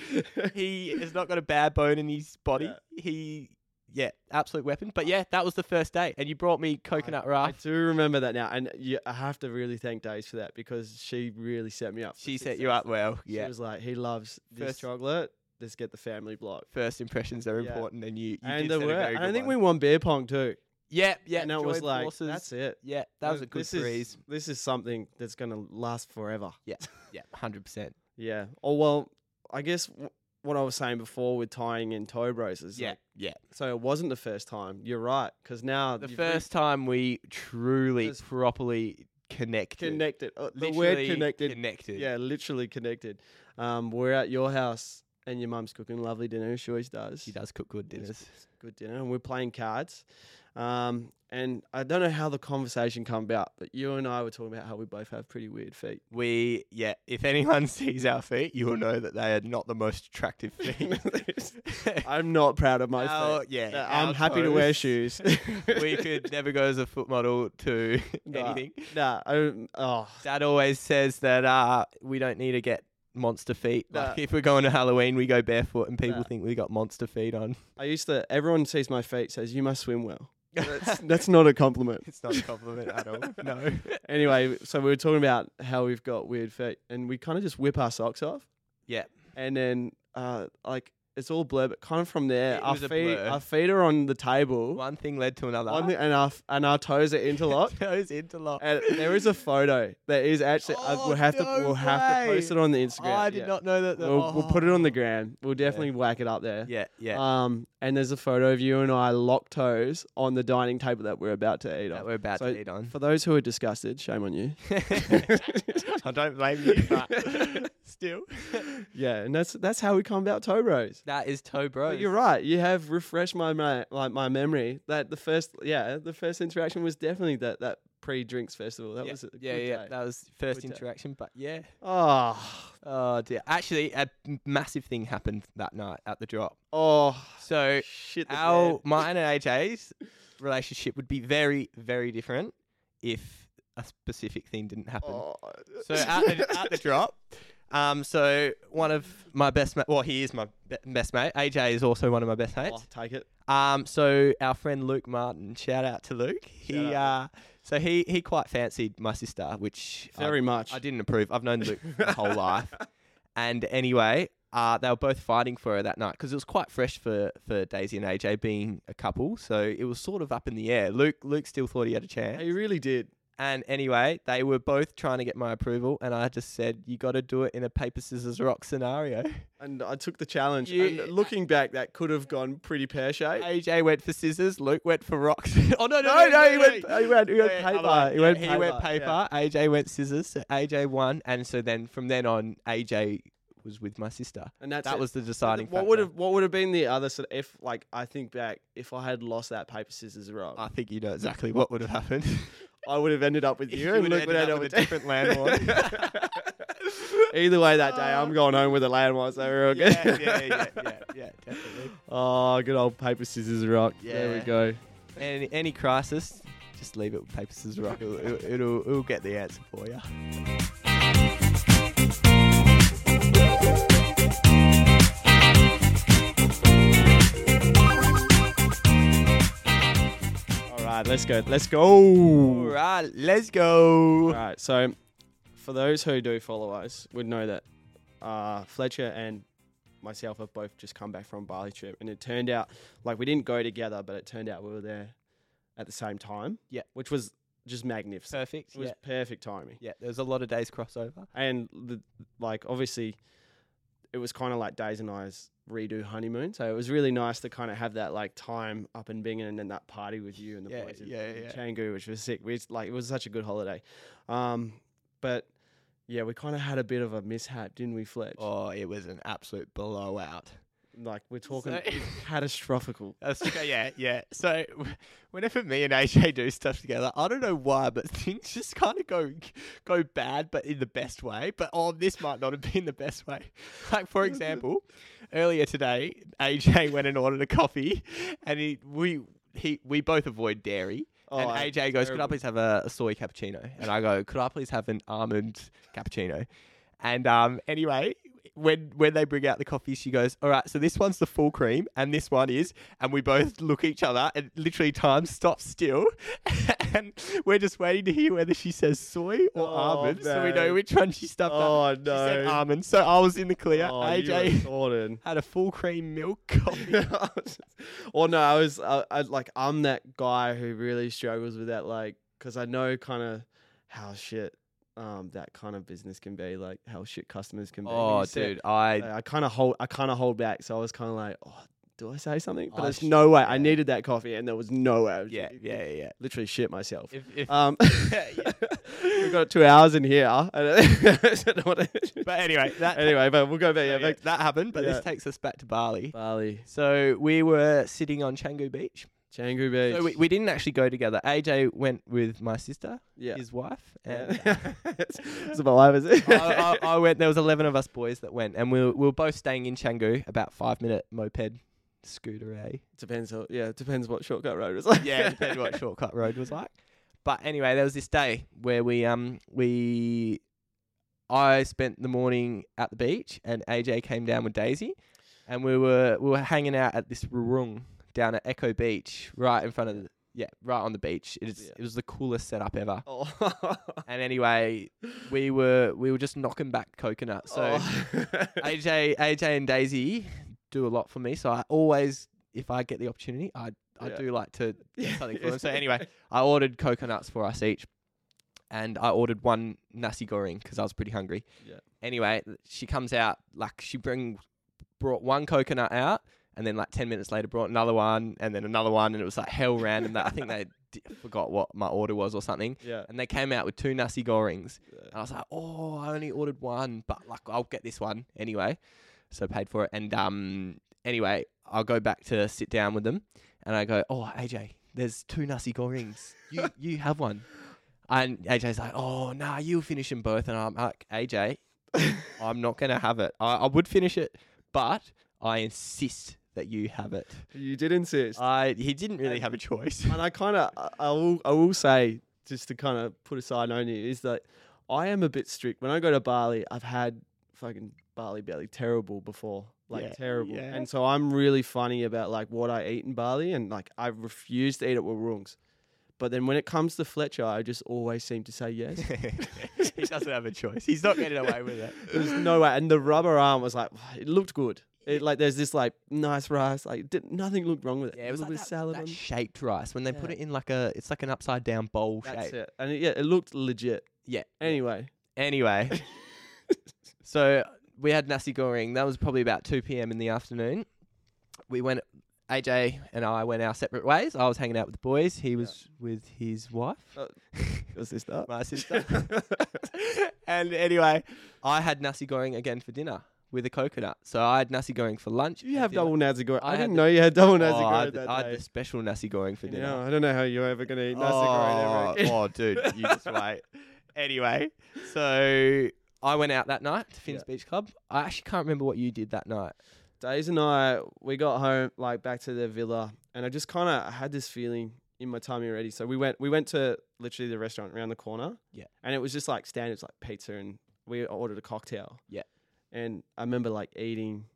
Speaker 2: He has not got a bad bone in his body. He yeah, absolute weapon. But yeah, that was the first day, and you brought me coconut
Speaker 3: I
Speaker 2: raft.
Speaker 3: do remember that now, and you, I have to really thank Days for that because she really set me up. for
Speaker 2: She set
Speaker 3: success.
Speaker 2: you up well. Yeah,
Speaker 3: She was like, "He loves this
Speaker 2: First-
Speaker 3: chocolate. Let's get the family block."
Speaker 2: first impressions are
Speaker 3: Yeah.
Speaker 2: important, and you, you
Speaker 3: and
Speaker 2: did
Speaker 3: there
Speaker 2: set
Speaker 3: were.
Speaker 2: a very
Speaker 3: And
Speaker 2: good
Speaker 3: I think
Speaker 2: one.
Speaker 3: we won beer pong too.
Speaker 2: yeah yeah
Speaker 3: and it was
Speaker 2: joined
Speaker 3: like
Speaker 2: forces.
Speaker 3: that's it.
Speaker 2: yeah that was a good
Speaker 3: this
Speaker 2: freeze.
Speaker 3: Is, this is something that's gonna last forever.
Speaker 2: Yeah, hundred percent.
Speaker 3: Yeah. Oh well, I guess w- what I was saying before with tying in toe braces.
Speaker 2: Yeah,
Speaker 3: like,
Speaker 2: yeah.
Speaker 3: so it wasn't the first time. You're right, because now
Speaker 2: The
Speaker 3: you've re-
Speaker 2: first time we truly,
Speaker 3: Because-
Speaker 2: properly connected.
Speaker 3: connected. Oh, the word
Speaker 2: Literally
Speaker 3: connected.
Speaker 2: Connected.
Speaker 3: Yeah, literally connected. Um, we're at your house and your mum's cooking lovely dinner. as She always does.
Speaker 2: She does cook good dinners.
Speaker 3: Good dinner. And we're playing cards. Um, and I don't know how the conversation come about, but you and I were talking about how we both have pretty weird feet.
Speaker 2: We, yeah, if anyone sees our feet, you will know that they are not the most attractive feet.
Speaker 3: I'm not proud of my
Speaker 2: Our-
Speaker 3: feet.
Speaker 2: yeah,
Speaker 3: Uh, I'm
Speaker 2: our
Speaker 3: happy to wear
Speaker 2: toes.
Speaker 3: shoes.
Speaker 2: we could never go as a foot model to
Speaker 3: Nah.
Speaker 2: anything.
Speaker 3: Nah, I, oh,
Speaker 2: Dad always says that uh, we don't need to get monster feet. Like
Speaker 3: Nah.
Speaker 2: if we're going to Halloween, we go barefoot, and people
Speaker 3: Nah.
Speaker 2: think we got monster feet on.
Speaker 3: I used to. Everyone sees my feet, says you must swim well. That's, that's not a compliment.
Speaker 2: it's not a compliment at all. No.
Speaker 3: Anyway, so we were talking about how we've got weird feet, and we kind of just whip our socks off.
Speaker 2: Yeah.
Speaker 3: and then uh, like it's all blur, but kind of from there,
Speaker 2: It
Speaker 3: our
Speaker 2: was a
Speaker 3: feet,
Speaker 2: blur.
Speaker 3: our feet are on the table,
Speaker 2: One thing led to another.
Speaker 3: on the, and our and our toes are interlocked.
Speaker 2: Those interlock.
Speaker 3: and there is a photo that is actually I,
Speaker 2: Oh,
Speaker 3: we'll have to
Speaker 2: no
Speaker 3: we'll have to
Speaker 2: way.
Speaker 3: post it on the Instagram.
Speaker 2: I did
Speaker 3: yeah.
Speaker 2: not know that. The,
Speaker 3: We'll, we'll put it on the
Speaker 2: oh.
Speaker 3: gram. We'll definitely whack it up there.
Speaker 2: Yeah, yeah.
Speaker 3: Um, and there's a photo of you and I locked toes on the dining table that we're about to eat
Speaker 2: that
Speaker 3: on.
Speaker 2: we're about
Speaker 3: so
Speaker 2: to eat on.
Speaker 3: For those who are disgusted, shame on you.
Speaker 2: I don't blame you, but still.
Speaker 3: yeah, and that's that's how we come about toe bros.
Speaker 2: That is toe bro.
Speaker 3: But you're right. You have refreshed my, my like my memory that the first yeah the first interaction was definitely that that pre drinks festival. That
Speaker 2: yeah,
Speaker 3: was a
Speaker 2: yeah,
Speaker 3: good
Speaker 2: yeah.
Speaker 3: day.
Speaker 2: That was first
Speaker 3: Good day.
Speaker 2: interaction, but yeah.
Speaker 3: oh
Speaker 2: Oh dear. Actually, a m- massive thing happened that night at the drop.
Speaker 3: oh
Speaker 2: So
Speaker 3: shit. the
Speaker 2: our
Speaker 3: bed.
Speaker 2: mine and AJ's relationship would be very, very different if a specific thing didn't happen.
Speaker 3: Oh.
Speaker 2: So uh, at the, at the drop, um, so one of my best, ma- well, he is my be- best mate. AJ is also one of my best
Speaker 3: Oh,
Speaker 2: mates.
Speaker 3: take it.
Speaker 2: Um, so our friend Luke Martin, shout out to Luke.
Speaker 3: Shout
Speaker 2: He, uh,
Speaker 3: out,
Speaker 2: so he he quite fancied my sister, which I-
Speaker 3: Very much.
Speaker 2: I didn't approve. I've known Luke my whole life. And anyway, uh, they were both fighting for her that night because it was quite fresh for, for Daisy and AJ being a couple. So it was sort of up in the air. Luke Luke still thought he had a chance.
Speaker 3: He really did.
Speaker 2: And anyway, they were both trying to get my approval, and I just said, "You got to do it in a paper scissors rock scenario."
Speaker 3: And I took the challenge.
Speaker 2: You-
Speaker 3: and looking back, that could have gone pretty pear shaped.
Speaker 2: AJ went for scissors, Luke went for rocks. oh no, no, no,
Speaker 3: no, no,
Speaker 2: he
Speaker 3: he
Speaker 2: went.
Speaker 3: went- he went- he went paper,
Speaker 2: otherwise,
Speaker 3: he went
Speaker 2: yeah, He went
Speaker 3: paper,
Speaker 2: paper. AJ went scissors. So AJ won, and so then from then on, AJ was with my sister.
Speaker 3: And that's
Speaker 2: that
Speaker 3: it.
Speaker 2: was the
Speaker 3: But
Speaker 2: deciding.
Speaker 3: th- what
Speaker 2: factor.
Speaker 3: would have what would have been the other sort of if like I think back if I had lost that paper scissors rock,
Speaker 2: I think you know exactly what would have happened.
Speaker 3: I would have ended up with you,
Speaker 2: You
Speaker 3: and
Speaker 2: would have
Speaker 3: Luke would
Speaker 2: ended
Speaker 3: end
Speaker 2: up
Speaker 3: up
Speaker 2: with
Speaker 3: with
Speaker 2: a different landlord.
Speaker 3: Either way, that day I'm going home with a landmark, so we're all good.
Speaker 2: yeah, yeah, yeah, yeah, yeah, definitely.
Speaker 3: Oh, good old paper, scissors, rock. There we
Speaker 2: Yeah.
Speaker 3: go.
Speaker 2: any any crisis, just leave it with paper scissors rock. It'll, it'll, it'll, it'll get the answer for you.
Speaker 3: All right, let's go. Let's go. All
Speaker 2: All
Speaker 3: right.
Speaker 2: right, let's go.
Speaker 3: So, for those who do follow us, would know that uh, Fletcher and myself have both just come back from a Bali trip, and it turned out like we didn't go together, but it turned out we were there at the same time.
Speaker 2: Yeah.
Speaker 3: Which was just magnificent.
Speaker 2: Perfect.
Speaker 3: It was
Speaker 2: Yeah,
Speaker 3: perfect timing.
Speaker 2: yeah. There's a lot of days crossover.
Speaker 3: and the, like obviously it was kind of like Days and I's redo honeymoon. So it was really nice to kind of have that like time up in Bingen and then that party with you and the
Speaker 2: Yeah,
Speaker 3: boys in,
Speaker 2: yeah,
Speaker 3: in
Speaker 2: yeah.
Speaker 3: Canggu, which was sick. We just, like it was such a good holiday. Um, but yeah, we kind of had a bit of a mishap, didn't we, Fletch?
Speaker 2: Oh, it was an absolute blowout.
Speaker 3: Like we're talking
Speaker 2: So-
Speaker 3: catastrophical.
Speaker 2: That's okay, yeah, yeah. So w- whenever me and AJ do stuff together, I don't know why, but things just kind of go go bad, but in the best way. But oh, this might not have been the best way. Like for example, earlier today, AJ went and ordered a coffee, and he we he we both avoid dairy.
Speaker 3: Oh,
Speaker 2: and
Speaker 3: I-
Speaker 2: AJ goes, "Could I
Speaker 3: terrible.
Speaker 2: please have a, a soy cappuccino?" And I go, "Could I please have an almond cappuccino?" And um, anyway, when when they bring out the coffee, she goes, "All right, so this one's the full cream, and this one is." And we both look at each other, and literally time stops still, and we're just waiting to hear whether she says soy or
Speaker 3: Oh,
Speaker 2: almond, so we
Speaker 3: man.
Speaker 2: know which one she stuffed up.
Speaker 3: Oh
Speaker 2: She said
Speaker 3: no!
Speaker 2: almond, so I was in the clear.
Speaker 3: Oh, you were
Speaker 2: AJ
Speaker 3: sorted.
Speaker 2: had a full cream milk coffee.
Speaker 3: or no, I was I, I like I'm that guy who really struggles with that, like because I know kind of how shit um that kind of business can be, like how shit customers can be. when you sit-
Speaker 2: Oh, I
Speaker 3: I kind of hold I kind of hold back, so I was kind of like, oh, do I say something? But
Speaker 2: I
Speaker 3: there's
Speaker 2: Oh, sh-
Speaker 3: no way. I
Speaker 2: yeah.
Speaker 3: needed that coffee, and there was no way. I was
Speaker 2: yeah,
Speaker 3: just-
Speaker 2: yeah, yeah, yeah. Uh,
Speaker 3: literally shit myself.
Speaker 2: If, if,
Speaker 3: um,
Speaker 2: Yeah, yeah.
Speaker 3: we've got two hours in here. I don't know what-
Speaker 2: but anyway, that
Speaker 3: anyway, but we'll go back. Yeah,
Speaker 2: yeah,
Speaker 3: back to
Speaker 2: that happened. But
Speaker 3: Yeah.
Speaker 2: this takes us back to Bali.
Speaker 3: Bali,
Speaker 2: So we were sitting on Canggu Beach.
Speaker 3: Canggu Beach.
Speaker 2: So we, we didn't actually go together. AJ went with my sister,
Speaker 3: yeah.
Speaker 2: his wife, and
Speaker 3: Yeah. it's about life, is
Speaker 2: Uh,
Speaker 3: it?
Speaker 2: I, I, I went. There was eleven of us boys that went, and we were, we were both staying in Canggu, about five minute moped scooter, eh?
Speaker 3: depends. How, yeah, depends what shortcut road is like.
Speaker 2: yeah, depending what shortcut road was like. But anyway, there was this day where we um we I spent the morning at the beach and AJ came down with Daisy and we were we were hanging out at this Rurung down at Echo Beach, right in front of the yeah, right on the beach. It is
Speaker 3: Yeah.
Speaker 2: it was the coolest setup ever.
Speaker 3: Oh.
Speaker 2: And anyway, we were we were just knocking back coconut. So
Speaker 3: Oh.
Speaker 2: AJ, AJ and Daisy do a lot for me. So I always, if I get the opportunity, I I
Speaker 3: Yeah.
Speaker 2: do like to get
Speaker 3: Yeah.
Speaker 2: something for them. So anyway, I ordered coconuts for us each, and I ordered one nasi goreng because I was pretty hungry.
Speaker 3: Yeah.
Speaker 2: Anyway, th- she comes out like she bring brought one coconut out, and then like ten minutes later brought another one, and then another one, and it was like hell random that I think they d- forgot what my order was or something.
Speaker 3: yeah.
Speaker 2: And they came out with two nasi gorengs.
Speaker 3: Yeah.
Speaker 2: And I was like, oh, I only ordered one, but like I'll get this one anyway. So paid for it. And um, anyway, I'll go back to sit down with them, and I go, oh, AJ, there's two nasi gorings. You you have one. And AJ's like, oh, nah, you finish them both. And I'm like, AJ, I'm not gonna have it. I, I would finish it, but I insist that you have it.
Speaker 3: You did insist,
Speaker 2: I he didn't really have a choice.
Speaker 3: and I kind of I, I will I will say just to kind of put aside on you is that I am a bit strict when I go to Bali. I've had fucking Bali belly terrible before. Like
Speaker 2: Yeah,
Speaker 3: terrible,
Speaker 2: yeah.
Speaker 3: and so I'm really funny about like what I eat in Bali, and like I refuse to eat at Warungs. But then when it comes to Fletcher, I just always seem to say yes.
Speaker 2: he doesn't have a choice. He's not getting away with it.
Speaker 3: There's no way. And the rubber arm was like, it looked good. It like there's this like nice rice. Like did, nothing looked wrong with it.
Speaker 2: Yeah, it was
Speaker 3: a
Speaker 2: like
Speaker 3: little bit
Speaker 2: that,
Speaker 3: of salad.
Speaker 2: that
Speaker 3: on.
Speaker 2: shaped rice when they put
Speaker 3: Yeah.
Speaker 2: it in like a it's like an upside down bowl
Speaker 3: That's
Speaker 2: shape.
Speaker 3: it. And it, yeah, it looked legit.
Speaker 2: Yeah.
Speaker 3: Anyway,
Speaker 2: Anyway, so we had nasi goreng. That was probably about two p.m. in the afternoon. We went. AJ and I went our separate ways. I was hanging out with the boys. He was with his wife,
Speaker 3: Uh, was this that?
Speaker 2: my sister. and anyway, I had nasi goreng again for dinner with a coconut. So I had nasi goreng for lunch.
Speaker 3: You
Speaker 2: at
Speaker 3: have
Speaker 2: dinner.
Speaker 3: double nazi goreng.
Speaker 2: I
Speaker 3: I,
Speaker 2: had
Speaker 3: didn't
Speaker 2: the-
Speaker 3: know you had double nazi
Speaker 2: Oh, I
Speaker 3: goreng
Speaker 2: had,
Speaker 3: that
Speaker 2: the, I had
Speaker 3: day.
Speaker 2: the special nasi goreng for
Speaker 3: You
Speaker 2: dinner.
Speaker 3: know, I don't know how you're ever gonna eat nazi goreng ever again.
Speaker 2: Oh, oh, dude, you just wait. Anyway, so I went out that night to Finn's Beach Club. I actually can't remember what you did that night.
Speaker 3: Days and I, we got home like back to the villa, and I just kind of had this feeling in my tummy already. So we went, we went to literally the restaurant around the corner.
Speaker 2: Yeah.
Speaker 3: and it was just like standards, like pizza, and we ordered a cocktail.
Speaker 2: Yeah.
Speaker 3: and I remember like eating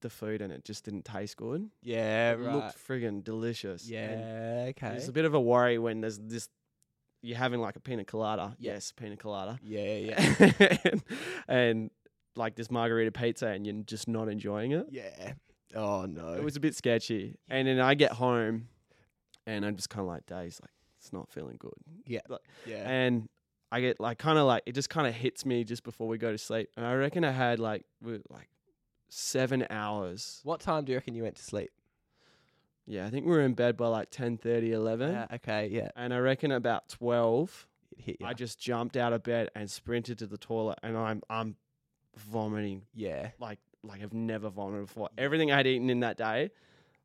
Speaker 3: the food, and it just didn't taste good.
Speaker 2: Yeah,
Speaker 3: it looked friggin' delicious. and
Speaker 2: yeah, okay.
Speaker 3: it's a bit of a worry when there's this. You're having like a pina colada.
Speaker 2: Yeah.
Speaker 3: Yes, pina colada.
Speaker 2: Yeah, yeah,
Speaker 3: and, and like this margarita pizza, and you're just not enjoying it
Speaker 2: yeah. Oh no,
Speaker 3: it was a bit sketchy. And then I get home and I'm just kind of like, Days, like, it's not feeling good.
Speaker 2: Yeah.
Speaker 3: Like,
Speaker 2: yeah.
Speaker 3: And I get like, kind of like, it just kind of hits me just before we go to sleep. And I reckon I had like, we- like seven hours.
Speaker 2: What time do you reckon you went to sleep?
Speaker 3: Yeah, I think we were in bed by like 10, 11.
Speaker 2: Yeah, Uh, okay, yeah.
Speaker 3: And I reckon about 12,
Speaker 2: It hit ya.
Speaker 3: I just jumped out of bed and sprinted to the toilet and I'm I'm vomiting
Speaker 2: yeah.
Speaker 3: like like I've never vomited before. Everything I'd eaten in that day,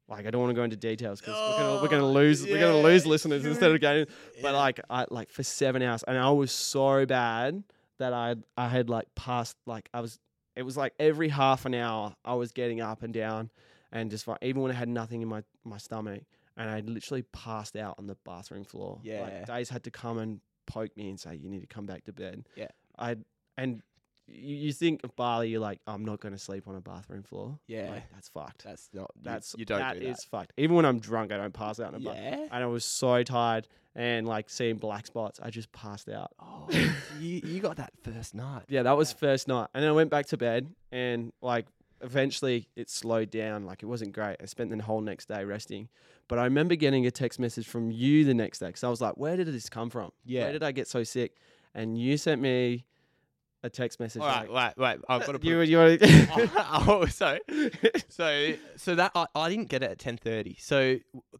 Speaker 3: like I don't want to go into details because we're gonna we're gonna
Speaker 2: Oh,
Speaker 3: lose we're gonna lose
Speaker 2: yeah,
Speaker 3: listeners
Speaker 2: dude.
Speaker 3: instead of gaining. But
Speaker 2: Yeah.
Speaker 3: like I like for seven hours, and I was so bad that I I had like passed like I was it was like every half an hour I was getting up and down, and just like even when I had nothing in my my stomach, and I literally passed out on the bathroom floor.
Speaker 2: Yeah.
Speaker 3: like, Days had to come and poke me and say you need to come back to bed.
Speaker 2: Yeah.
Speaker 3: I and you, you think of Bali, you're like, I'm not going to sleep on a bathroom floor.
Speaker 2: Yeah.
Speaker 3: like, that's fucked.
Speaker 2: That's not you-
Speaker 3: that's
Speaker 2: you, don't
Speaker 3: that
Speaker 2: do that.
Speaker 3: is fucked. Even when I'm drunk, I don't pass out on a bathroom.
Speaker 2: yeah.
Speaker 3: And I was so tired and like seeing black spots, I just passed out.
Speaker 2: Oh, you, you got that first night.
Speaker 3: Yeah, that was first night, and then I went back to bed, and like eventually it slowed down. Like it wasn't great. I spent the whole next day resting, but I remember getting a text message from you the next day because I was like, "Where did this come from?
Speaker 2: Yeah.
Speaker 3: Where did I get so sick?" And you sent me a text message.
Speaker 2: All right,
Speaker 3: like,
Speaker 2: wait, wait. I've got to put
Speaker 3: you, you wanna-
Speaker 2: oh, so, so, so that I, I didn't get it at ten thirty. So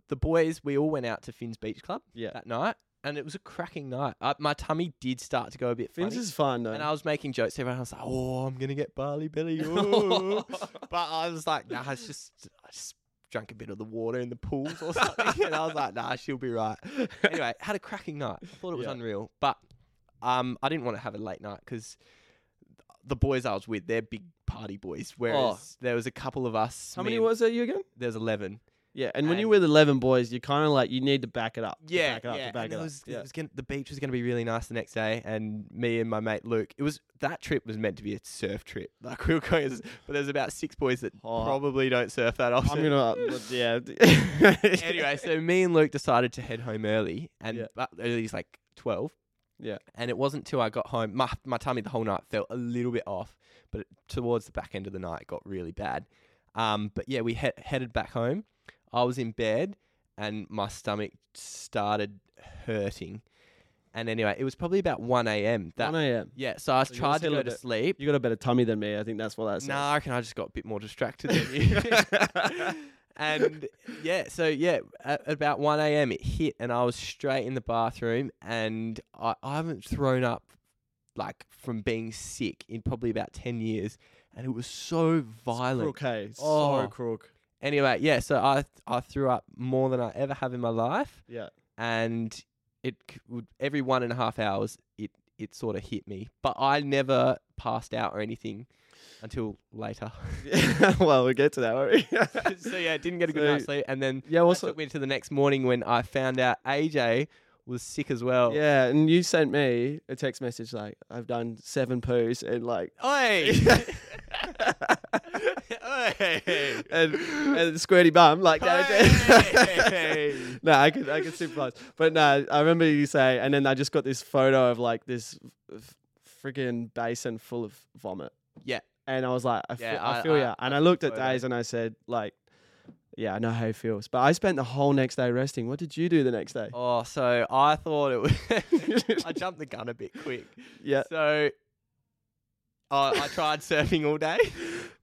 Speaker 2: the boys, we all went out to Finn's Beach Club
Speaker 3: Yeah.
Speaker 2: that night, and it was a cracking night. I, my tummy did start to go a bit
Speaker 3: Fins
Speaker 2: funny,
Speaker 3: is fun though.
Speaker 2: and I was making jokes to everyone. I was like, "Oh, I'm gonna get barley belly," ooh." but I was like, "Nah, it's just I just drank a bit of the water in the pools or something," and I was like, "Nah, she'll be right." Anyway, had a cracking night. I thought it was
Speaker 3: Yeah.
Speaker 2: unreal, but um, I didn't want to have a late night because the boys I was with, they're big party boys. Whereas there was a couple of us.
Speaker 3: How
Speaker 2: me
Speaker 3: many
Speaker 2: and-
Speaker 3: was that you again?
Speaker 2: There's eleven.
Speaker 3: Yeah, and when you're
Speaker 2: And-
Speaker 3: with eleven boys, you're kind of like you need to back it up. to
Speaker 2: Yeah,
Speaker 3: back it up, to
Speaker 2: yeah.
Speaker 3: back
Speaker 2: and
Speaker 3: it
Speaker 2: it
Speaker 3: up.
Speaker 2: was, it
Speaker 3: Yeah.
Speaker 2: was gonna, the beach was going to be really nice the next day, and me and my mate Luke. It was that trip was meant to be a surf trip. Like we were going, as- but there's about six boys that
Speaker 3: Oh.
Speaker 2: probably don't surf that often.
Speaker 3: I'm gonna, yeah. anyway,
Speaker 2: anyway, so me and Luke decided to head home early, and
Speaker 3: Yeah.
Speaker 2: but early's like twelve.
Speaker 3: Yeah.
Speaker 2: And it wasn't till I got home, my my tummy the whole night felt a little bit off, but towards the back end of the night it got really bad. Um, but yeah, we he- headed back home. I was in bed, and my stomach started hurting. And anyway, it was probably about one a.m. That
Speaker 3: 1 a.m.
Speaker 2: yeah, so I
Speaker 3: you
Speaker 2: tried
Speaker 3: lost a
Speaker 2: to go
Speaker 3: little
Speaker 2: to
Speaker 3: bit.
Speaker 2: sleep.
Speaker 3: You got a better tummy than me. I think that's what that's.
Speaker 2: No, I reckon I just got a bit more distracted than you. and yeah, so yeah, at about 1 a.m. it hit, and I was straight in the bathroom, and I, I haven't thrown up like from being sick in probably about 10 years, and it was so violent.
Speaker 3: Okay. So
Speaker 2: Oh.
Speaker 3: crook.
Speaker 2: Anyway, yeah, so I I threw up more than I ever have in my life,
Speaker 3: Yeah.
Speaker 2: and it c- would every one and a half hours it it sort of hit me, but I never passed out or anything until later.
Speaker 3: well, we'll get to that, won't we?
Speaker 2: so yeah, didn't get a good
Speaker 3: So-
Speaker 2: night's sleep, and then
Speaker 3: yeah.
Speaker 2: that
Speaker 3: Also.
Speaker 2: took me to the next morning when I found out AJ was sick as well.
Speaker 3: Yeah, and you sent me a text message like, "I've done seven poos and like."
Speaker 2: Oi! Oi!
Speaker 3: and and squirty bum like that.
Speaker 2: Hey!
Speaker 3: no, I could I could sympathize, but no, I remember you say, and then I just got this photo of like this f- friggin' basin full of vomit.
Speaker 2: Yeah.
Speaker 3: and I was like, I,
Speaker 2: Yeah,
Speaker 3: feel, I,
Speaker 2: I-
Speaker 3: feel
Speaker 2: I-
Speaker 3: ya. And
Speaker 2: I
Speaker 3: I
Speaker 2: saw the
Speaker 3: looked at
Speaker 2: photo.
Speaker 3: Days and I said, like, yeah, I know how he feels. But I spent the whole next day resting. What did you do the next day?
Speaker 2: Oh, so I thought it was. I jumped the gun a bit quick.
Speaker 3: yeah,
Speaker 2: So I, I tried surfing all day.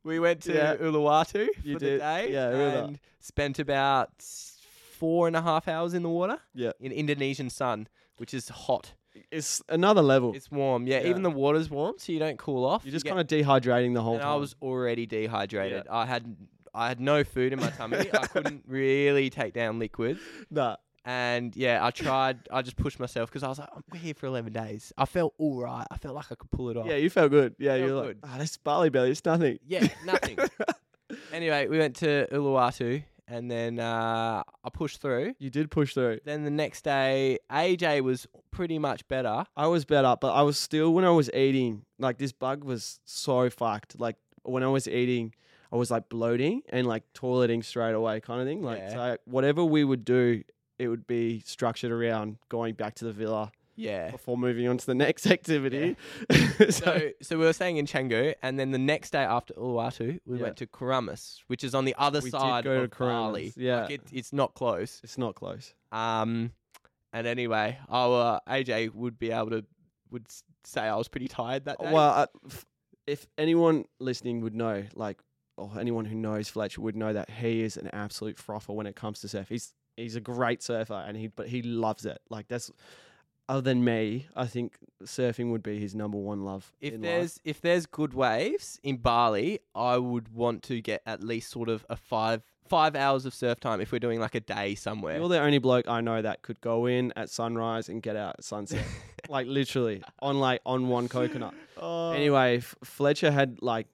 Speaker 2: We went to
Speaker 3: Yeah.
Speaker 2: Uluwatu for
Speaker 3: You
Speaker 2: the
Speaker 3: did.
Speaker 2: day
Speaker 3: Yeah, I remember.
Speaker 2: and spent about s- four and a half hours in the water.
Speaker 3: Yeah.
Speaker 2: In Indonesian sun, which is hot.
Speaker 3: it's another level.
Speaker 2: It's warm. Yeah,
Speaker 3: Yeah.
Speaker 2: even the water's warm, so you don't cool off.
Speaker 3: You're just
Speaker 2: get-
Speaker 3: kind of dehydrating the whole
Speaker 2: and
Speaker 3: time.
Speaker 2: I was already dehydrated. I had I had no food in my tummy. I couldn't really take down liquid.
Speaker 3: nah.
Speaker 2: And yeah, I tried. I just pushed myself because I was like, we're here for 11 days. I felt all right. I felt like I could pull it off.
Speaker 3: Yeah, you felt good. Yeah,
Speaker 2: Felt
Speaker 3: you're like,
Speaker 2: good.
Speaker 3: ah, that's barley belly. It's nothing.
Speaker 2: Yeah, nothing. anyway, we went to Uluwatu and then uh, I pushed through.
Speaker 3: You did push through.
Speaker 2: Then the next day, AJ was pretty much better.
Speaker 3: I was better, but I was still when I was eating, like this bug was so fucked. Like when I was eating, I was like bloating and like toileting straight away kind of thing. Like
Speaker 2: Yeah.
Speaker 3: so whatever we would do, it would be structured around going back to the villa
Speaker 2: Yeah.
Speaker 3: before moving on to the next activity. so
Speaker 2: So, so we were staying in Canggu, and then the next day after Uluwatu, we
Speaker 3: Yeah.
Speaker 2: went to Karamas, which is on the other
Speaker 3: We did
Speaker 2: side
Speaker 3: go to
Speaker 2: of Bali.
Speaker 3: Karamas, yeah.
Speaker 2: like it, it's not close.
Speaker 3: it's not close.
Speaker 2: Um, and anyway, our AJ would be able to would s-
Speaker 3: uh,
Speaker 2: say I was pretty tired that day.
Speaker 3: Well, I, f- if anyone listening would know, like or anyone who knows Fletcher would know that he is an absolute frother when it comes to surf. He's he's a great surfer, and he but he loves it. Like that's other than me, I think surfing would be his number one love.
Speaker 2: If
Speaker 3: in
Speaker 2: there's if there's good waves in Bali, I would want to get at least sort of a five five hours of surf time if we're doing like a day somewhere.
Speaker 3: life. you're the only bloke I know that could go in at sunrise and get out at sunset, like literally on like on one coconut.
Speaker 2: Oh.
Speaker 3: Anyway, F- Fletcher had like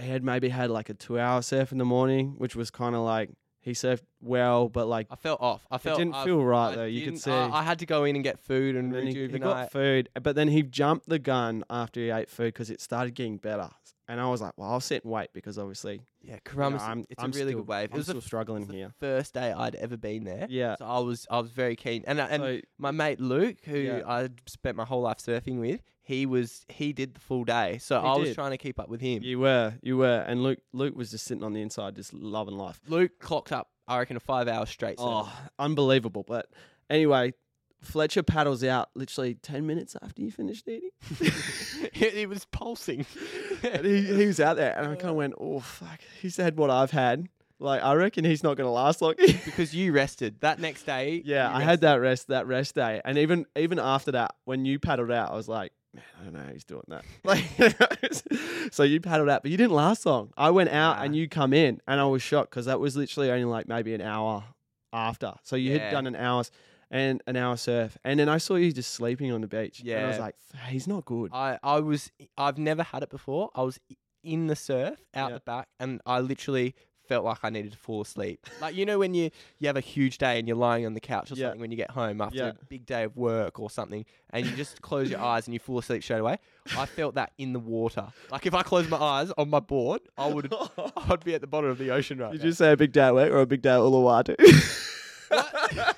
Speaker 3: he had maybe had like a two hour surf in the morning, which was kind of like he surfed well, but like
Speaker 2: I felt off. I
Speaker 3: Oh. it
Speaker 2: felt
Speaker 3: didn't
Speaker 2: I-
Speaker 3: feel right
Speaker 2: I
Speaker 3: though. You could
Speaker 2: didn't-
Speaker 3: see.
Speaker 2: I, I had to go in and get food and,
Speaker 3: And then he,
Speaker 2: rejuvenate.
Speaker 3: he got food, but then he jumped the gun after he ate food because it started getting better. And I was like, well, I'll sit and wait because obviously
Speaker 2: yeah,
Speaker 3: you know,
Speaker 2: Karama's
Speaker 3: I'm,
Speaker 2: it's
Speaker 3: I'm
Speaker 2: a really
Speaker 3: still-
Speaker 2: good wave.
Speaker 3: I'm
Speaker 2: it was the
Speaker 3: still struggling
Speaker 2: it's the
Speaker 3: here.
Speaker 2: first day I'd ever been there.
Speaker 3: Yeah.
Speaker 2: So I was I was very keen. And uh, and
Speaker 3: So-
Speaker 2: my mate Luke, who
Speaker 3: Yeah.
Speaker 2: I spent my whole life surfing with, he was he did the full day. So
Speaker 3: He
Speaker 2: I was
Speaker 3: did.
Speaker 2: trying to keep up with him.
Speaker 3: You were, you were, and Luke, Luke was just sitting on the inside, just loving life.
Speaker 2: Luke clocked up, I reckon, a five hour straight. surf.
Speaker 3: Oh, unbelievable! But anyway, Fletcher paddles out literally ten minutes after you finished eating,
Speaker 2: it, it was pulsing.
Speaker 3: and he, he was out there, and I kind of went, "Oh fuck, he's had what I've had." Like, I reckon he's not gonna last long.
Speaker 2: because you rested that next day.
Speaker 3: yeah,
Speaker 2: you
Speaker 3: I had that rest, that rest day, and even even after that, when you paddled out, I was like. Man, I don't know how he's doing that. Like, so you paddled out, but you didn't last long. I went out
Speaker 2: Nah.
Speaker 3: and you come in, and I was shocked because that was literally only like maybe an hour after. So you
Speaker 2: Yeah.
Speaker 3: had done an hour's and an hour surf, and then I saw you just sleeping on the beach. and I was
Speaker 2: Yeah.
Speaker 3: like, he's not good.
Speaker 2: I, I was I've never had it before. I was i- in the surf out
Speaker 3: Yeah.
Speaker 2: the back and I literally felt like I needed to fall asleep. Like you know when you you have a huge day and you're lying on the couch or
Speaker 3: Yeah.
Speaker 2: something when you get home after
Speaker 3: Yeah.
Speaker 2: a big day of work or something and you just close your eyes and you fall asleep straight away. I felt that in the water. Like if I closed my eyes on my board, I would I'd be at the bottom of the ocean right
Speaker 3: Did
Speaker 2: now.
Speaker 3: you say a big day at work or a big day at Uluwatu?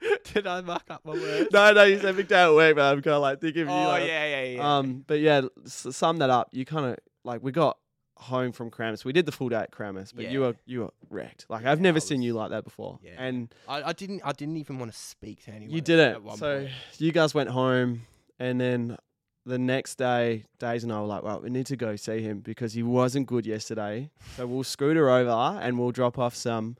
Speaker 2: Did I mark up my words?
Speaker 3: no, no, you said big day at work, but I'm kind of like thinking of you.
Speaker 2: Oh
Speaker 3: like,
Speaker 2: yeah, yeah, yeah.
Speaker 3: Um, but yeah, s- sum that up. You kind of like we got home from Kramus. We did the full day at Kramus, but you
Speaker 2: Yeah.
Speaker 3: were you were wrecked. Like
Speaker 2: Yeah,
Speaker 3: I've never
Speaker 2: I
Speaker 3: seen
Speaker 2: was-
Speaker 3: you like that before.
Speaker 2: Yeah.
Speaker 3: And
Speaker 2: I, I didn't I didn't even want to speak to anyone.
Speaker 3: you
Speaker 2: at-
Speaker 3: did it.
Speaker 2: at one
Speaker 3: So
Speaker 2: point.
Speaker 3: you guys went home, and then the next day, Days and I were like, "Well, we need to go see him because he wasn't good yesterday. So we'll scooter over and we'll drop off some."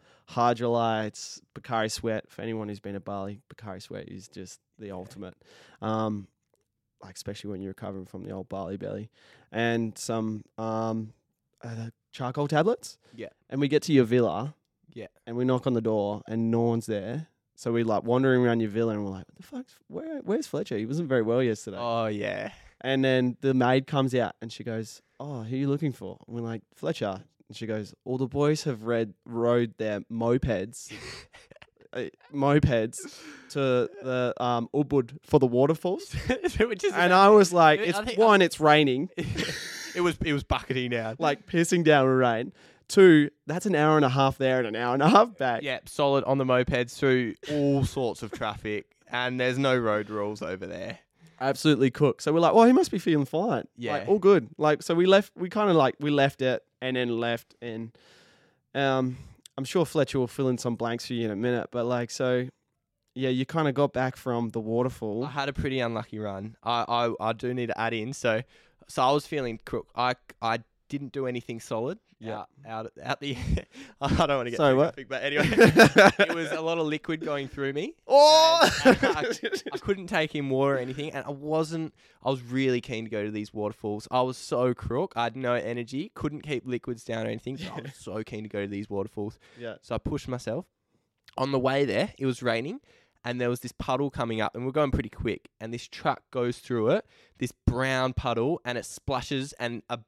Speaker 3: Hydrolytes, Bakari Sweat. For anyone who's been to Bali, Bakari Sweat is just the ultimate. Um, like especially when you're recovering from the old barley belly, and some um, uh, charcoal tablets.
Speaker 2: Yeah.
Speaker 3: And we get to your villa.
Speaker 2: Yeah.
Speaker 3: And we knock on the door, and no one's there. So we like wandering around your villa, and we're like, "What the fuck's where? Where's Fletcher? He wasn't very well yesterday."
Speaker 2: Oh yeah.
Speaker 3: And then the maid comes out, and she goes, "Oh, who are you looking for?" And we're like, "Fletcher." And she goes, "All the boys have read rode their mopeds." uh, Mopeds to the um, Ubud for the waterfalls,
Speaker 2: Which is
Speaker 3: and I was like,
Speaker 2: I
Speaker 3: it's
Speaker 2: think- I-
Speaker 3: one, it's raining,
Speaker 2: it was it was bucketing down.
Speaker 3: like pissing down with rain. Two, that's an hour and a half there and an hour and a half back.
Speaker 2: Yep, solid on the mopeds through all sorts of traffic, and there's no road rules over there.
Speaker 3: Absolutely cooked. So we're like, well, he must be feeling fine.
Speaker 2: Yeah.
Speaker 3: Like, all good. Like, so we left, we kind of like, we left it and then left. And um, I'm sure Fletcher will fill in some blanks for you in a minute. But like, so yeah, you kind of got back from the waterfall.
Speaker 2: I had a pretty unlucky run. I, I I do need to add in. So so I was feeling crook. I I didn't do anything solid.
Speaker 3: Yeah.
Speaker 2: Out out, out the. I don't want to get
Speaker 3: Sorry,
Speaker 2: too
Speaker 3: what?
Speaker 2: graphic, but anyway, it was a lot of liquid going through me.
Speaker 3: oh!
Speaker 2: and I, I couldn't take in water or anything, and I wasn't. I was really keen to go to these waterfalls. I was so crook. I had no energy. Couldn't keep liquids down or anything. So I was so keen to go to these waterfalls.
Speaker 3: yeah.
Speaker 2: So I pushed myself. On the way there, it was raining, and there was this puddle coming up, and we're going pretty quick. And this truck goes through it, this brown puddle, and it splashes, and a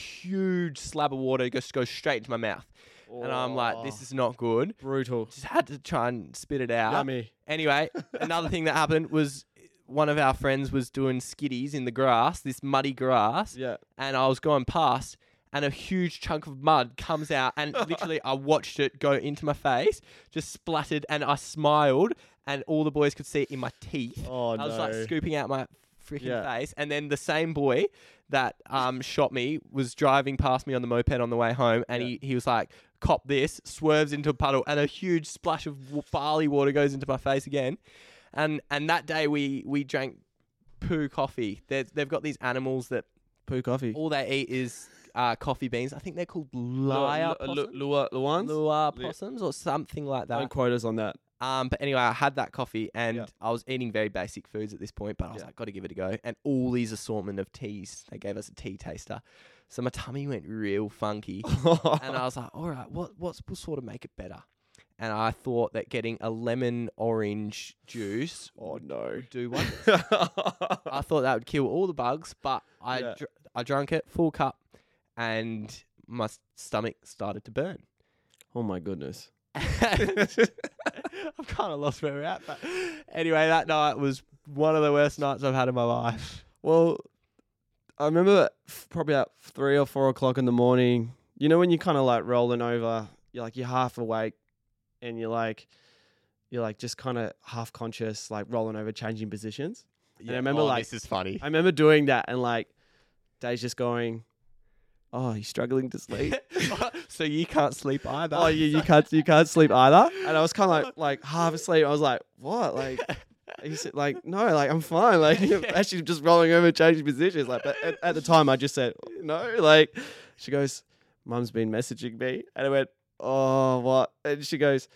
Speaker 2: huge slab of water just goes straight into my mouth. And I'm like, this
Speaker 3: Oh,
Speaker 2: is not good.
Speaker 3: brutal.
Speaker 2: Just had to try and spit it out.
Speaker 3: Yummy.
Speaker 2: Anyway, another thing that happened was eh, one of our friends was doing skiddies in the grass, this muddy grass,
Speaker 3: Yeah.
Speaker 2: and I was going past and a huge chunk of mud comes out and literally I watched it go into my face, just splattered and I smiled and all the boys could see it in my teeth.
Speaker 3: Oh,
Speaker 2: I was like
Speaker 3: no.
Speaker 2: scooping out my freaking
Speaker 3: Yeah.
Speaker 2: face and then the same boy that um, shot me was driving past me on the moped on the way home and he, he was like cop this swerves into a puddle and a huge splash of w- barley water goes into my face again and and that day we we drank poo coffee They're, they've got these animals that
Speaker 3: Poo coffee.
Speaker 2: all they eat is uh, coffee beans. I think they're called liar possums,
Speaker 3: Lua, Luans?
Speaker 2: Lua
Speaker 3: Lu-
Speaker 2: possums or something like
Speaker 3: Don't
Speaker 2: that.
Speaker 3: quote us on that.
Speaker 2: Um, but anyway, I had that coffee and I was eating very basic foods at this point, but I was
Speaker 3: Yeah.
Speaker 2: like, got to give it a go. And all these assortment of teas, they gave us a tea taster. So my tummy went real funky.
Speaker 3: Oh,
Speaker 2: and I was like, all right, what what's will sort of make it better? And I thought that getting a lemon orange juice
Speaker 3: oh no.
Speaker 2: do one. I thought that would kill all the bugs, but I
Speaker 3: Yeah.
Speaker 2: dr- I drank it full cup, and my s- stomach started to burn.
Speaker 3: oh my goodness.
Speaker 2: I've kind of lost where we're at, but anyway, that night was one of the worst nights I've had in my life.
Speaker 3: Well, I remember f- probably at three or four o'clock in the morning. You know when you're kind of like rolling over, you're like you're half awake, and you're like, you're like just kind of half conscious, like rolling over, changing positions. I remember, like-
Speaker 2: Oh, this is funny.
Speaker 3: I remember doing that, and like, Dave's just going, "Oh, he's struggling to sleep."
Speaker 2: so you can't sleep either.
Speaker 3: oh, you you can't you can't sleep either. And I was kind of like like half asleep. I was like, "What?" Like. He said, like, no, like, I'm fine. Like, actually, just rolling over, changing positions. Like, but at, at the time, I just said, no. Like, she goes, Mum's been messaging me. And I went, oh, what? And she goes,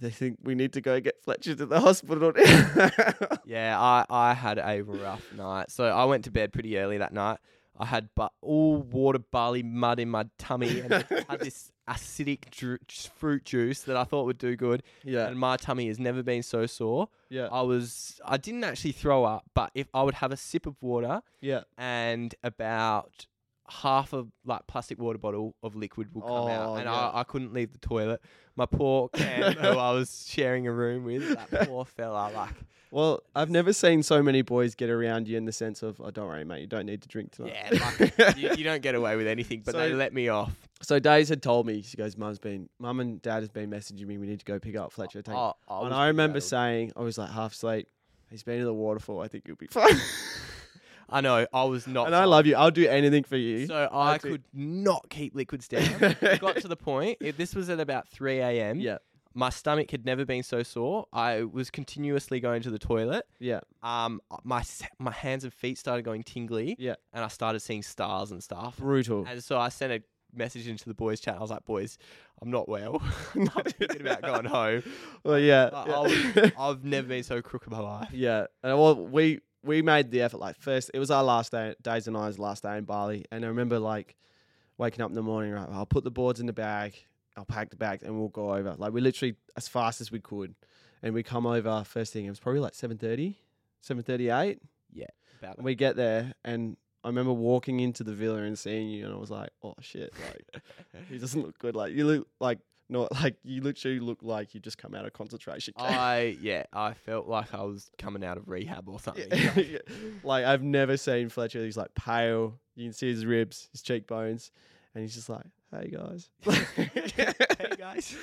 Speaker 3: I think we need to go get Fletcher to the hospital.
Speaker 2: Yeah, I, I had a rough night. So I went to bed pretty early that night. I had bu- all water, barley, mud in my tummy, and had this acidic dru- fruit juice that I thought would do good.
Speaker 3: yeah.
Speaker 2: And my tummy has never been so sore.
Speaker 3: Yeah.
Speaker 2: I was I didn't actually throw up, but if I would have a sip of water
Speaker 3: Yeah.
Speaker 2: and about half a like plastic water bottle of liquid will come
Speaker 3: Oh,
Speaker 2: out, and
Speaker 3: yeah.
Speaker 2: I, I couldn't leave the toilet. My poor Cam, who I was sharing a room with, that poor fella, like.
Speaker 3: Well, I've never seen so many boys get around you in the sense of, oh, don't worry, mate, you don't need to drink tonight.
Speaker 2: Yeah, like, you, you don't get away with anything, but
Speaker 3: So-
Speaker 2: they let me off.
Speaker 3: so Days had told me, she goes, Mum's been, Mum and Dad has been messaging me, we need to go pick up Fletcher. Take
Speaker 2: Oh, I
Speaker 3: and
Speaker 2: was
Speaker 3: I remember
Speaker 2: rattled.
Speaker 3: saying, I was like half asleep. He's been to the waterfall. I think you'll be fine.
Speaker 2: I know, I was not.
Speaker 3: and I
Speaker 2: fine.
Speaker 3: love you. I'll do anything for you.
Speaker 2: So I
Speaker 3: That's it.
Speaker 2: could not keep liquids down. It got to the point. If this was at about three a.m.
Speaker 3: yeah,
Speaker 2: my stomach had never been so sore. I was continuously going to the toilet.
Speaker 3: yeah,
Speaker 2: Um, my s- my hands and feet started going tingly.
Speaker 3: Yeah.
Speaker 2: and I started seeing stars and stuff.
Speaker 3: brutal.
Speaker 2: And so I sent a mmessage into the boys' chat. I was like, "Boys, I'm not well. I'm thinking about going home.
Speaker 3: Well, yeah,
Speaker 2: I-
Speaker 3: yeah.
Speaker 2: I was- I've never been so crook in my life."
Speaker 3: Yeah. And well, we we made the effort. Like first, it was our last day, Days and I's last day in Bali, and I remember like waking up in the morning. Right, I'll put the boards in the bag. I'll pack the bag, and we'll go over. Like we literally as fast as we could, and we come over first thing. It was probably like 7.30, 7.38.
Speaker 2: About
Speaker 3: And we get there, and I remember walking into the villa and seeing you, and I was like, "Oh shit! Like, he doesn't look good. Like, you look like not like you literally look like you just come out of concentration camp.
Speaker 2: I yeah, I felt like I was coming out of rehab or something.
Speaker 3: Yeah. like, I've never seen Fletcher. He's like pale. You can see his ribs, his cheekbones, and he's just like, "Hey guys."
Speaker 2: hey guys.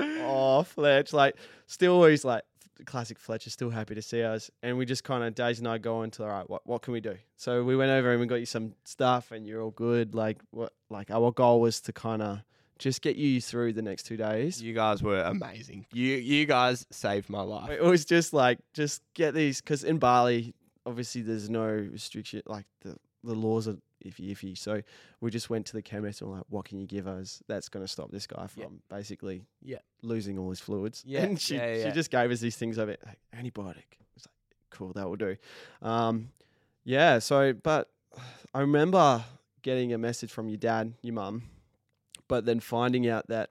Speaker 3: like, oh, Fletch. Like, still, he's like, classic Fletch is still happy to see us. And we just kind of, Daisy and I go into, all right, what, what can we do? So we went over and we got you some stuff and you're all good. Like, what, like our goal was to kind of just get you through the next two days.
Speaker 2: You guys were amazing. You you guys saved my life.
Speaker 3: It was just like, just get these, because in Bali, obviously, there's no restriction, like, the, the laws are iffy, iffy. So we just went to the chemist and were like, what can you give us that's going to stop this guy from
Speaker 2: Yeah.
Speaker 3: basically
Speaker 2: Yeah.
Speaker 3: losing all his fluids?
Speaker 2: Yeah,
Speaker 3: And she,
Speaker 2: yeah, yeah.
Speaker 3: she just gave us these things over like, antibiotic. It's like, cool, that will do. Um, yeah. So, but I remember getting a message from your dad, your mum, but then finding out that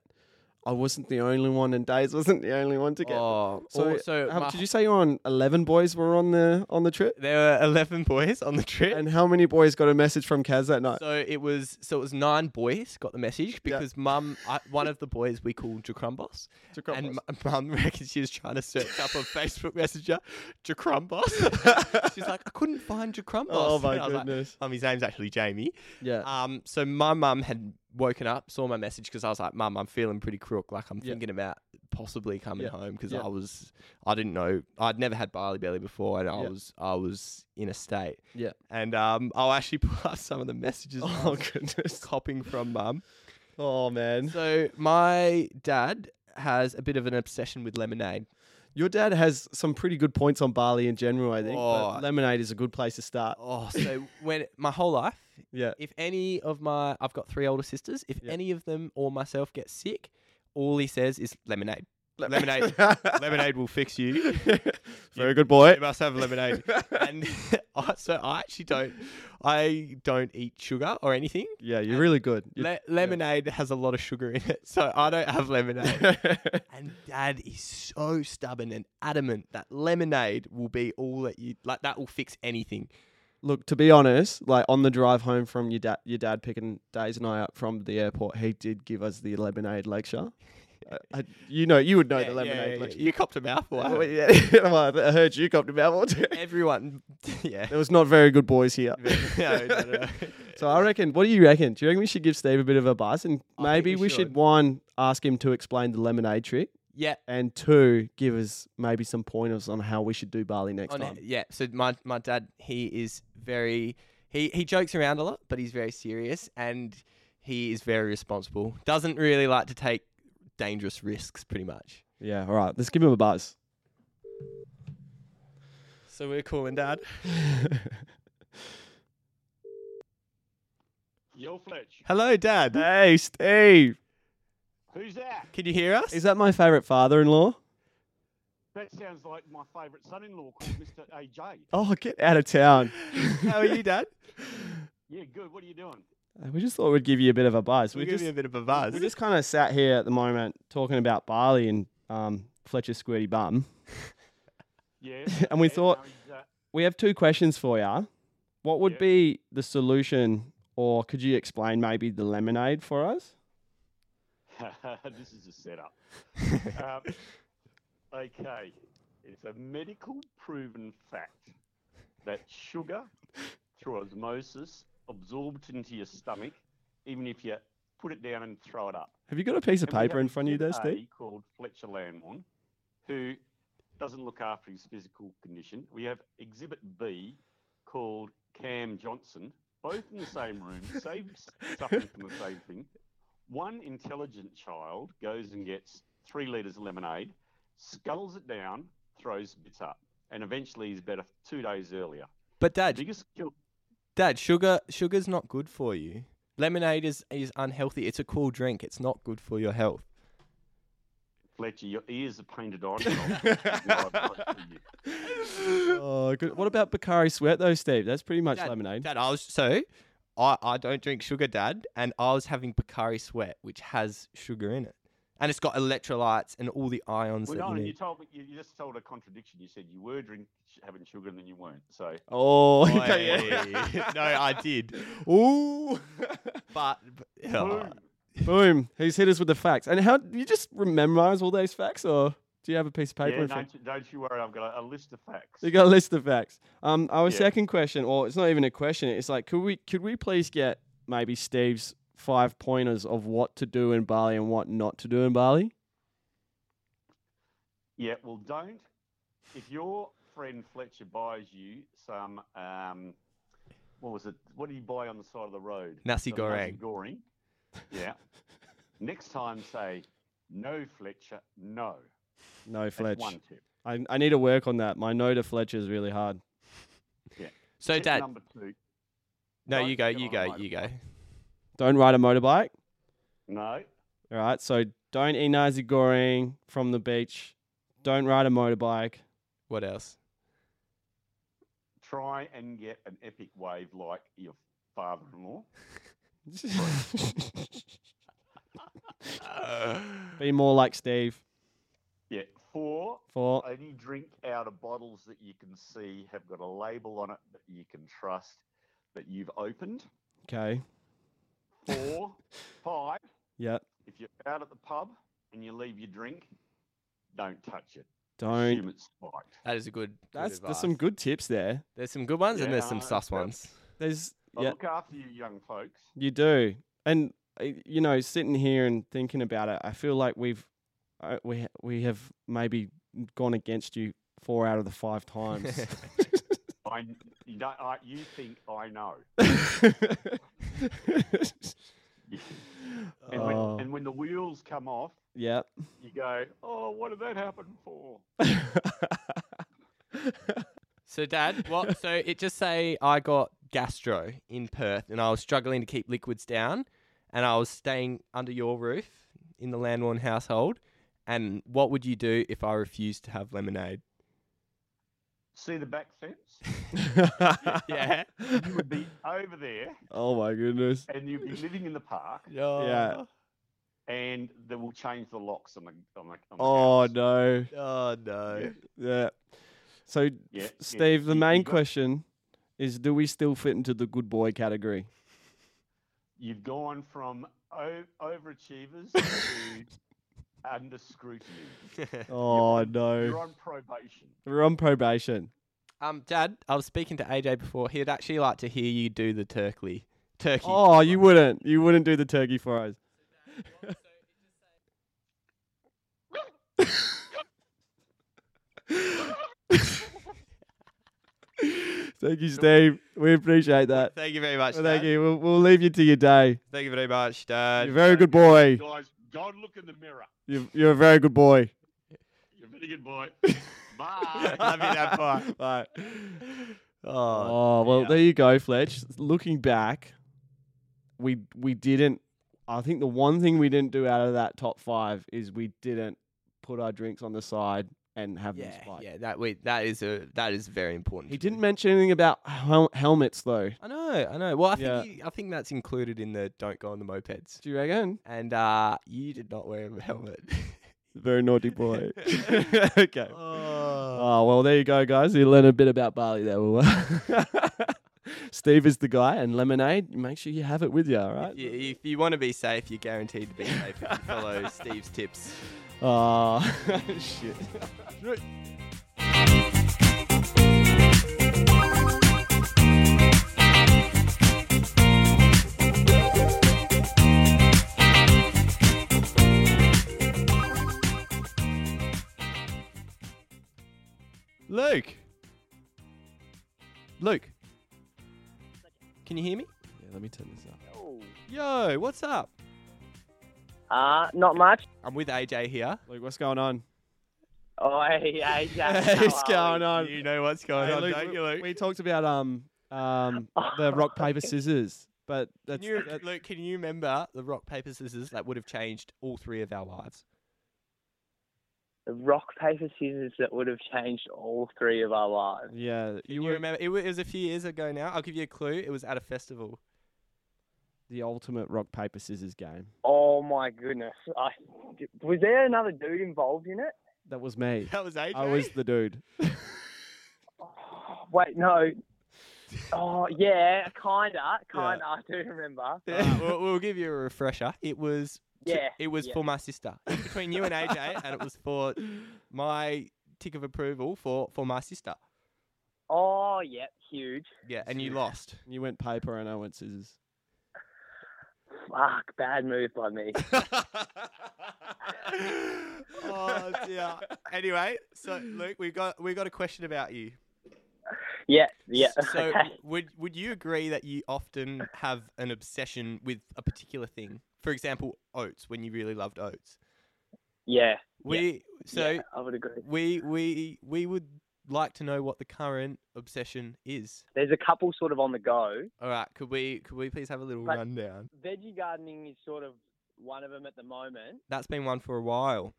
Speaker 3: I wasn't the only one and Days wasn't the only one to get.
Speaker 2: Oh,
Speaker 3: So,
Speaker 2: also,
Speaker 3: how,
Speaker 2: my-
Speaker 3: did you say you're on eleven boys were on the on the trip?
Speaker 2: there were eleven boys on the trip.
Speaker 3: And how many boys got a message from Kaz that night?
Speaker 2: so it was so it was nine boys got the message because mum I, one of the boys we call Jacrumbos
Speaker 3: To come
Speaker 2: and
Speaker 3: us.
Speaker 2: m- mum reckons she was trying to search up on Facebook Messenger Jacrumbos she's like I couldn't find Jacrumbos
Speaker 3: oh my
Speaker 2: And I was like,
Speaker 3: goodness!
Speaker 2: um, his name's actually Jamie
Speaker 3: yeah.
Speaker 2: Um, so my mum had woken up, saw my message because I was like, "Mum, I'm feeling pretty crook. Like I'm
Speaker 3: Yeah.
Speaker 2: thinking about possibly coming
Speaker 3: Yeah.
Speaker 2: home 'cause home because
Speaker 3: Yeah.
Speaker 2: I was, I didn't know, I'd never had barley belly before, and I
Speaker 3: Yeah.
Speaker 2: was, I was in a state.
Speaker 3: Yeah.
Speaker 2: And um, I'll actually put up some of the messages I
Speaker 3: Oh
Speaker 2: was
Speaker 3: goodness!
Speaker 2: copying from um, mum.
Speaker 3: Oh man!
Speaker 2: So my dad has a bit of an obsession with lemonade.
Speaker 3: Your dad has some pretty good points on barley in general, I think. but
Speaker 2: Oh.
Speaker 3: lemonade is a good place to start.
Speaker 2: Oh, so when my whole life,
Speaker 3: Yeah.
Speaker 2: if any of my I've got three older sisters, if
Speaker 3: Yeah.
Speaker 2: any of them or myself get sick, all he says is lemonade. Lemonade. lemonade will fix you.
Speaker 3: Very good boy.
Speaker 2: You must have lemonade. and I, so I actually don't I don't eat sugar or anything.
Speaker 3: Yeah, you're really good. You're-
Speaker 2: Le- lemonade has a lot of sugar in it, so I don't have lemonade. And dad is so stubborn and adamant that lemonade will be all that you like that will fix anything.
Speaker 3: Look, to be honest, like on the drive home from your dad, your dad picking Daisy and I up from the airport, he did give us the lemonade lecture. I, I, you know, you
Speaker 2: Oh,
Speaker 3: would know the lemonade lecture.
Speaker 2: You copped a mouthful.
Speaker 3: Oh,
Speaker 2: eh?
Speaker 3: yeah. Well, I heard you copped him out.
Speaker 2: Everyone, yeah.
Speaker 3: there was not very good boys here.
Speaker 2: No, no, no.
Speaker 3: So I reckon. What do you reckon? Do you reckon we should give Steve a bit of a buzz, and
Speaker 2: I think
Speaker 3: maybe
Speaker 2: we
Speaker 3: we should
Speaker 2: should.
Speaker 3: one ask him to explain the lemonade trick,
Speaker 2: yeah,
Speaker 3: and two give us maybe some pointers on how we should do barley next
Speaker 2: on,
Speaker 3: time.
Speaker 2: yeah. So my my dad, he is very he he jokes around a lot, but he's very serious and he is very responsible. Doesn't really like to take dangerous risks, pretty much.
Speaker 3: Yeah. All right. Let's give him a buzz.
Speaker 2: So we're calling dad.
Speaker 4: Yo, Fletch.
Speaker 2: Hello, dad.
Speaker 3: hey, Steve.
Speaker 4: Who's that?
Speaker 2: Can you hear us?
Speaker 3: Is that my favorite father-in-law?
Speaker 4: That sounds like my favourite son-in-law called Mr. AJ.
Speaker 3: Oh, get out of town.
Speaker 2: How are you, dad?
Speaker 4: Yeah, good. What are you doing?
Speaker 3: Uh, We just thought we'd give you a bit of a buzz.
Speaker 2: we
Speaker 3: We
Speaker 2: give
Speaker 3: just
Speaker 2: you a bit of a buzz.
Speaker 3: we just kind of sat here at the moment talking about barley and um, Fletcher's squirty bum.
Speaker 4: Yeah.
Speaker 3: And we
Speaker 4: okay,
Speaker 3: thought-
Speaker 4: no, he's, uh,
Speaker 3: We have two questions for you. What would
Speaker 4: Yeah.
Speaker 3: be the solution, or could you explain maybe the lemonade for us?
Speaker 4: uh, this is a setup. um, okay, it's a medical proven fact that sugar through osmosis absorbed into your stomach, even if you put it down and throw it up.
Speaker 3: Have you got a piece of
Speaker 4: And we have
Speaker 3: paper in
Speaker 4: a
Speaker 3: front of you there,
Speaker 4: GA
Speaker 3: Steve?
Speaker 4: Called Fletcher Landmon, who doesn't look after his physical condition. We have Exhibit B called Cam Johnson, both in the same room, same suffering from the same thing. One intelligent child goes and gets three litres of lemonade, scuttles it down, throws bits up, and eventually is better two days earlier.
Speaker 2: but dad,
Speaker 4: Biggest kill.
Speaker 2: dad, sugar sugar's not good for you. Lemonade is is unhealthy. It's a cool drink. It's not good for your health.
Speaker 4: Fletcher, your ears are painted on. I'll-
Speaker 3: Oh, good. What about Bakari Sweat though, Steve? That's pretty much
Speaker 2: Dad,
Speaker 3: lemonade.
Speaker 2: Dad, I was so I, I don't drink sugar, Dad, and I was having Bakari Sweat, which has sugar in it, and it's got electrolytes and all the ions
Speaker 4: Well,
Speaker 2: that
Speaker 4: no,
Speaker 2: you
Speaker 4: you,
Speaker 2: need.
Speaker 4: told me you, you just told a contradiction. You said you were drink, having sugar and then you weren't. So
Speaker 3: Oh, okay, yeah.
Speaker 2: Oi. no, I did,
Speaker 3: Ooh.
Speaker 2: but Oh,
Speaker 4: Boom.
Speaker 3: Boom. He's hit us with the facts. And how you just memorize all those facts, or do you have a piece of paper
Speaker 4: yeah,
Speaker 3: in front?
Speaker 4: don't, you- don't you worry. I've got a, a list of facts.
Speaker 3: You got a list of facts. Um, our
Speaker 4: Yeah.
Speaker 3: second question, or it's not even a question. It's like, could we could we please get maybe Steve's five pointers of what to do in Bali and what not to do in Bali?
Speaker 4: Yeah. Well, don't. If your friend Fletcher buys you some, um, what was it? What did he buy on the side of the road?
Speaker 2: nasi
Speaker 4: Some nasi
Speaker 2: goreng.
Speaker 4: goreng. Yeah. Next time, say no, Fletcher. No.
Speaker 3: No,
Speaker 4: That's
Speaker 3: Fletch.
Speaker 4: one tip.
Speaker 3: I, I need to work on that. My no to Fletch is really hard.
Speaker 2: So,
Speaker 4: Tip
Speaker 2: Dad,
Speaker 4: Number two.
Speaker 2: no,
Speaker 4: don't
Speaker 2: you go,
Speaker 4: get
Speaker 2: you
Speaker 4: on a
Speaker 2: go, you go.
Speaker 3: Don't ride a motorbike.
Speaker 4: No.
Speaker 3: All right. So don't eat nasi goreng from the beach. Don't ride a motorbike.
Speaker 2: What else?
Speaker 4: Try and get an epic wave like your father-in-law.
Speaker 3: Be more like Steve.
Speaker 4: Yeah. Four.
Speaker 3: For
Speaker 4: only drink out of bottles that you can see have got a label on it that you can trust that you've opened.
Speaker 3: okay.
Speaker 4: Four, five.
Speaker 3: Yeah.
Speaker 4: If you're out at the pub and you leave your drink, don't touch it.
Speaker 3: Don't.
Speaker 4: Assume it's spiked.
Speaker 2: that is a good. good
Speaker 3: That's there's
Speaker 2: advice.
Speaker 3: some good tips there.
Speaker 2: There's some good ones and
Speaker 4: Yeah,
Speaker 2: there's some
Speaker 4: no,
Speaker 2: sus
Speaker 4: that's good.
Speaker 2: ones.
Speaker 3: There's
Speaker 4: But
Speaker 3: yeah.
Speaker 4: Look after you, young folks.
Speaker 3: You do, and uh, you know, sitting here and thinking about it, I feel like we've uh, we ha- we have maybe gone against you four out of the five times.
Speaker 4: I, you, don't, I, you think I know. And, when,
Speaker 3: Oh.
Speaker 4: and when the wheels come off,
Speaker 3: Yep.
Speaker 4: you go, oh, what did that happen for?
Speaker 2: So, Dad, what? so it just say I got gastro in Perth, and I was struggling to keep liquids down, and I was staying under your roof in the Landwarn household. And what would you do if I refused to have lemonade?
Speaker 4: See the back fence?
Speaker 2: Yeah.
Speaker 4: You would be over there
Speaker 3: Oh my goodness.
Speaker 4: and you'd be living in the park
Speaker 3: Yeah.
Speaker 4: and they will change the locks on the, on the, on the
Speaker 3: Oh
Speaker 4: house.
Speaker 3: no.
Speaker 2: Oh no.
Speaker 3: Yeah. So,
Speaker 4: Yeah,
Speaker 3: f-
Speaker 4: yeah,
Speaker 3: Steve, the
Speaker 4: you-
Speaker 3: main
Speaker 4: you got-
Speaker 3: question is: Do we still fit into the good boy category?
Speaker 4: You've gone from o- overachievers to under scrutiny.
Speaker 3: Oh
Speaker 4: You're
Speaker 3: no.
Speaker 4: on probation.
Speaker 3: We're on probation.
Speaker 2: um, Dad, I was speaking to AJ before. He'd actually like to hear you do the turkey. Turkey.
Speaker 3: Oh, you wouldn't. You wouldn't do the turkey for us. Thank you, Steve. We appreciate that.
Speaker 2: Thank you very much.
Speaker 3: Well,
Speaker 2: Dad.
Speaker 3: thank you. We'll, we'll leave you to your day.
Speaker 2: Thank you very much, Dad.
Speaker 3: You're a very good boy.
Speaker 4: Guys, go and look in the mirror.
Speaker 3: You're, you're a very good boy.
Speaker 4: You're a very good boy. Bye.
Speaker 2: Love you, Dad. Bye.
Speaker 3: Bye.
Speaker 2: Oh,
Speaker 3: Oh well,
Speaker 4: yeah.
Speaker 3: there you go, Fletch. Looking back, we we didn't. I think the one thing we didn't do out of that top five is we didn't put our drinks on the side and have them
Speaker 2: yeah,
Speaker 3: spike.
Speaker 2: yeah. That we that is a that is very important.
Speaker 3: He
Speaker 2: to do.
Speaker 3: didn't mention anything about hel- helmets though.
Speaker 2: I know, I know. Well, I think
Speaker 3: Yeah.
Speaker 2: you, I think that's included in the don't go on the mopeds.
Speaker 3: Do you reckon?
Speaker 2: And uh, you did not wear a helmet.
Speaker 3: Very naughty boy. okay.
Speaker 2: oh.
Speaker 3: Oh well, there you go, guys. You learn a bit about barley there. Will. Steve is the guy, and lemonade. Make sure you have it with you. All right.
Speaker 2: If you, if you want to be safe, you're guaranteed to be safe if you follow Steve's tips.
Speaker 3: Oh shit.
Speaker 2: Luke, Luke, can you hear me?
Speaker 3: Yeah, let me turn this up.
Speaker 2: Yo, what's up?
Speaker 1: Uh, not much.
Speaker 2: I'm with AJ here.
Speaker 3: Luke, what's going on?
Speaker 1: Oh, hey, hey, Jack, how
Speaker 3: What's
Speaker 1: are
Speaker 3: going
Speaker 1: we?
Speaker 3: on?
Speaker 2: You know what's going
Speaker 3: Hey,
Speaker 2: on,
Speaker 3: Luke,
Speaker 2: don't
Speaker 3: we-
Speaker 2: you, Luke?
Speaker 3: We talked about um um the rock paper scissors, but
Speaker 2: can
Speaker 3: that's,
Speaker 2: you,
Speaker 3: that-
Speaker 2: Luke, can you remember the rock paper scissors that would have changed all three of our lives?
Speaker 1: The rock, paper, scissors that would have changed all three of our lives.
Speaker 3: yeah.
Speaker 2: You, remember? It wa- it was a few years ago now. I'll give you a clue. It was at a festival.
Speaker 3: the ultimate rock paper scissors game.
Speaker 1: Oh, my goodness. I, was there another dude involved in it?
Speaker 3: That was me.
Speaker 2: That was AJ.
Speaker 3: I was the dude.
Speaker 1: Oh, wait, no. Oh, yeah, kinda, kinda. I do remember.
Speaker 2: Alright, we'll, we'll give you a refresher. It was. t-
Speaker 1: Yeah,
Speaker 2: It was
Speaker 1: yeah.
Speaker 2: for my sister. It was between you and AJ, and it was for my tick of approval for for my sister.
Speaker 1: Oh, yeah, huge.
Speaker 2: Yeah, and you lost.
Speaker 3: You went paper and I went scissors.
Speaker 1: Fuck, bad move by me.
Speaker 2: oh dear. Anyway, so Luke, we got we got a question about you.
Speaker 1: Yeah, yeah.
Speaker 2: S- So
Speaker 1: okay.
Speaker 2: would would you agree that you often have an obsession with a particular thing? For example, oats. When you really loved oats,
Speaker 1: Yeah.
Speaker 2: we so
Speaker 1: yeah, I would agree.
Speaker 2: we we we would like to know what the current obsession is.
Speaker 1: There's a couple sort of on the go.
Speaker 2: All right, could we could we please have a little
Speaker 1: But-
Speaker 2: rundown?
Speaker 1: Veggie gardening is sort of one of them at the moment.
Speaker 2: That's been one for a while.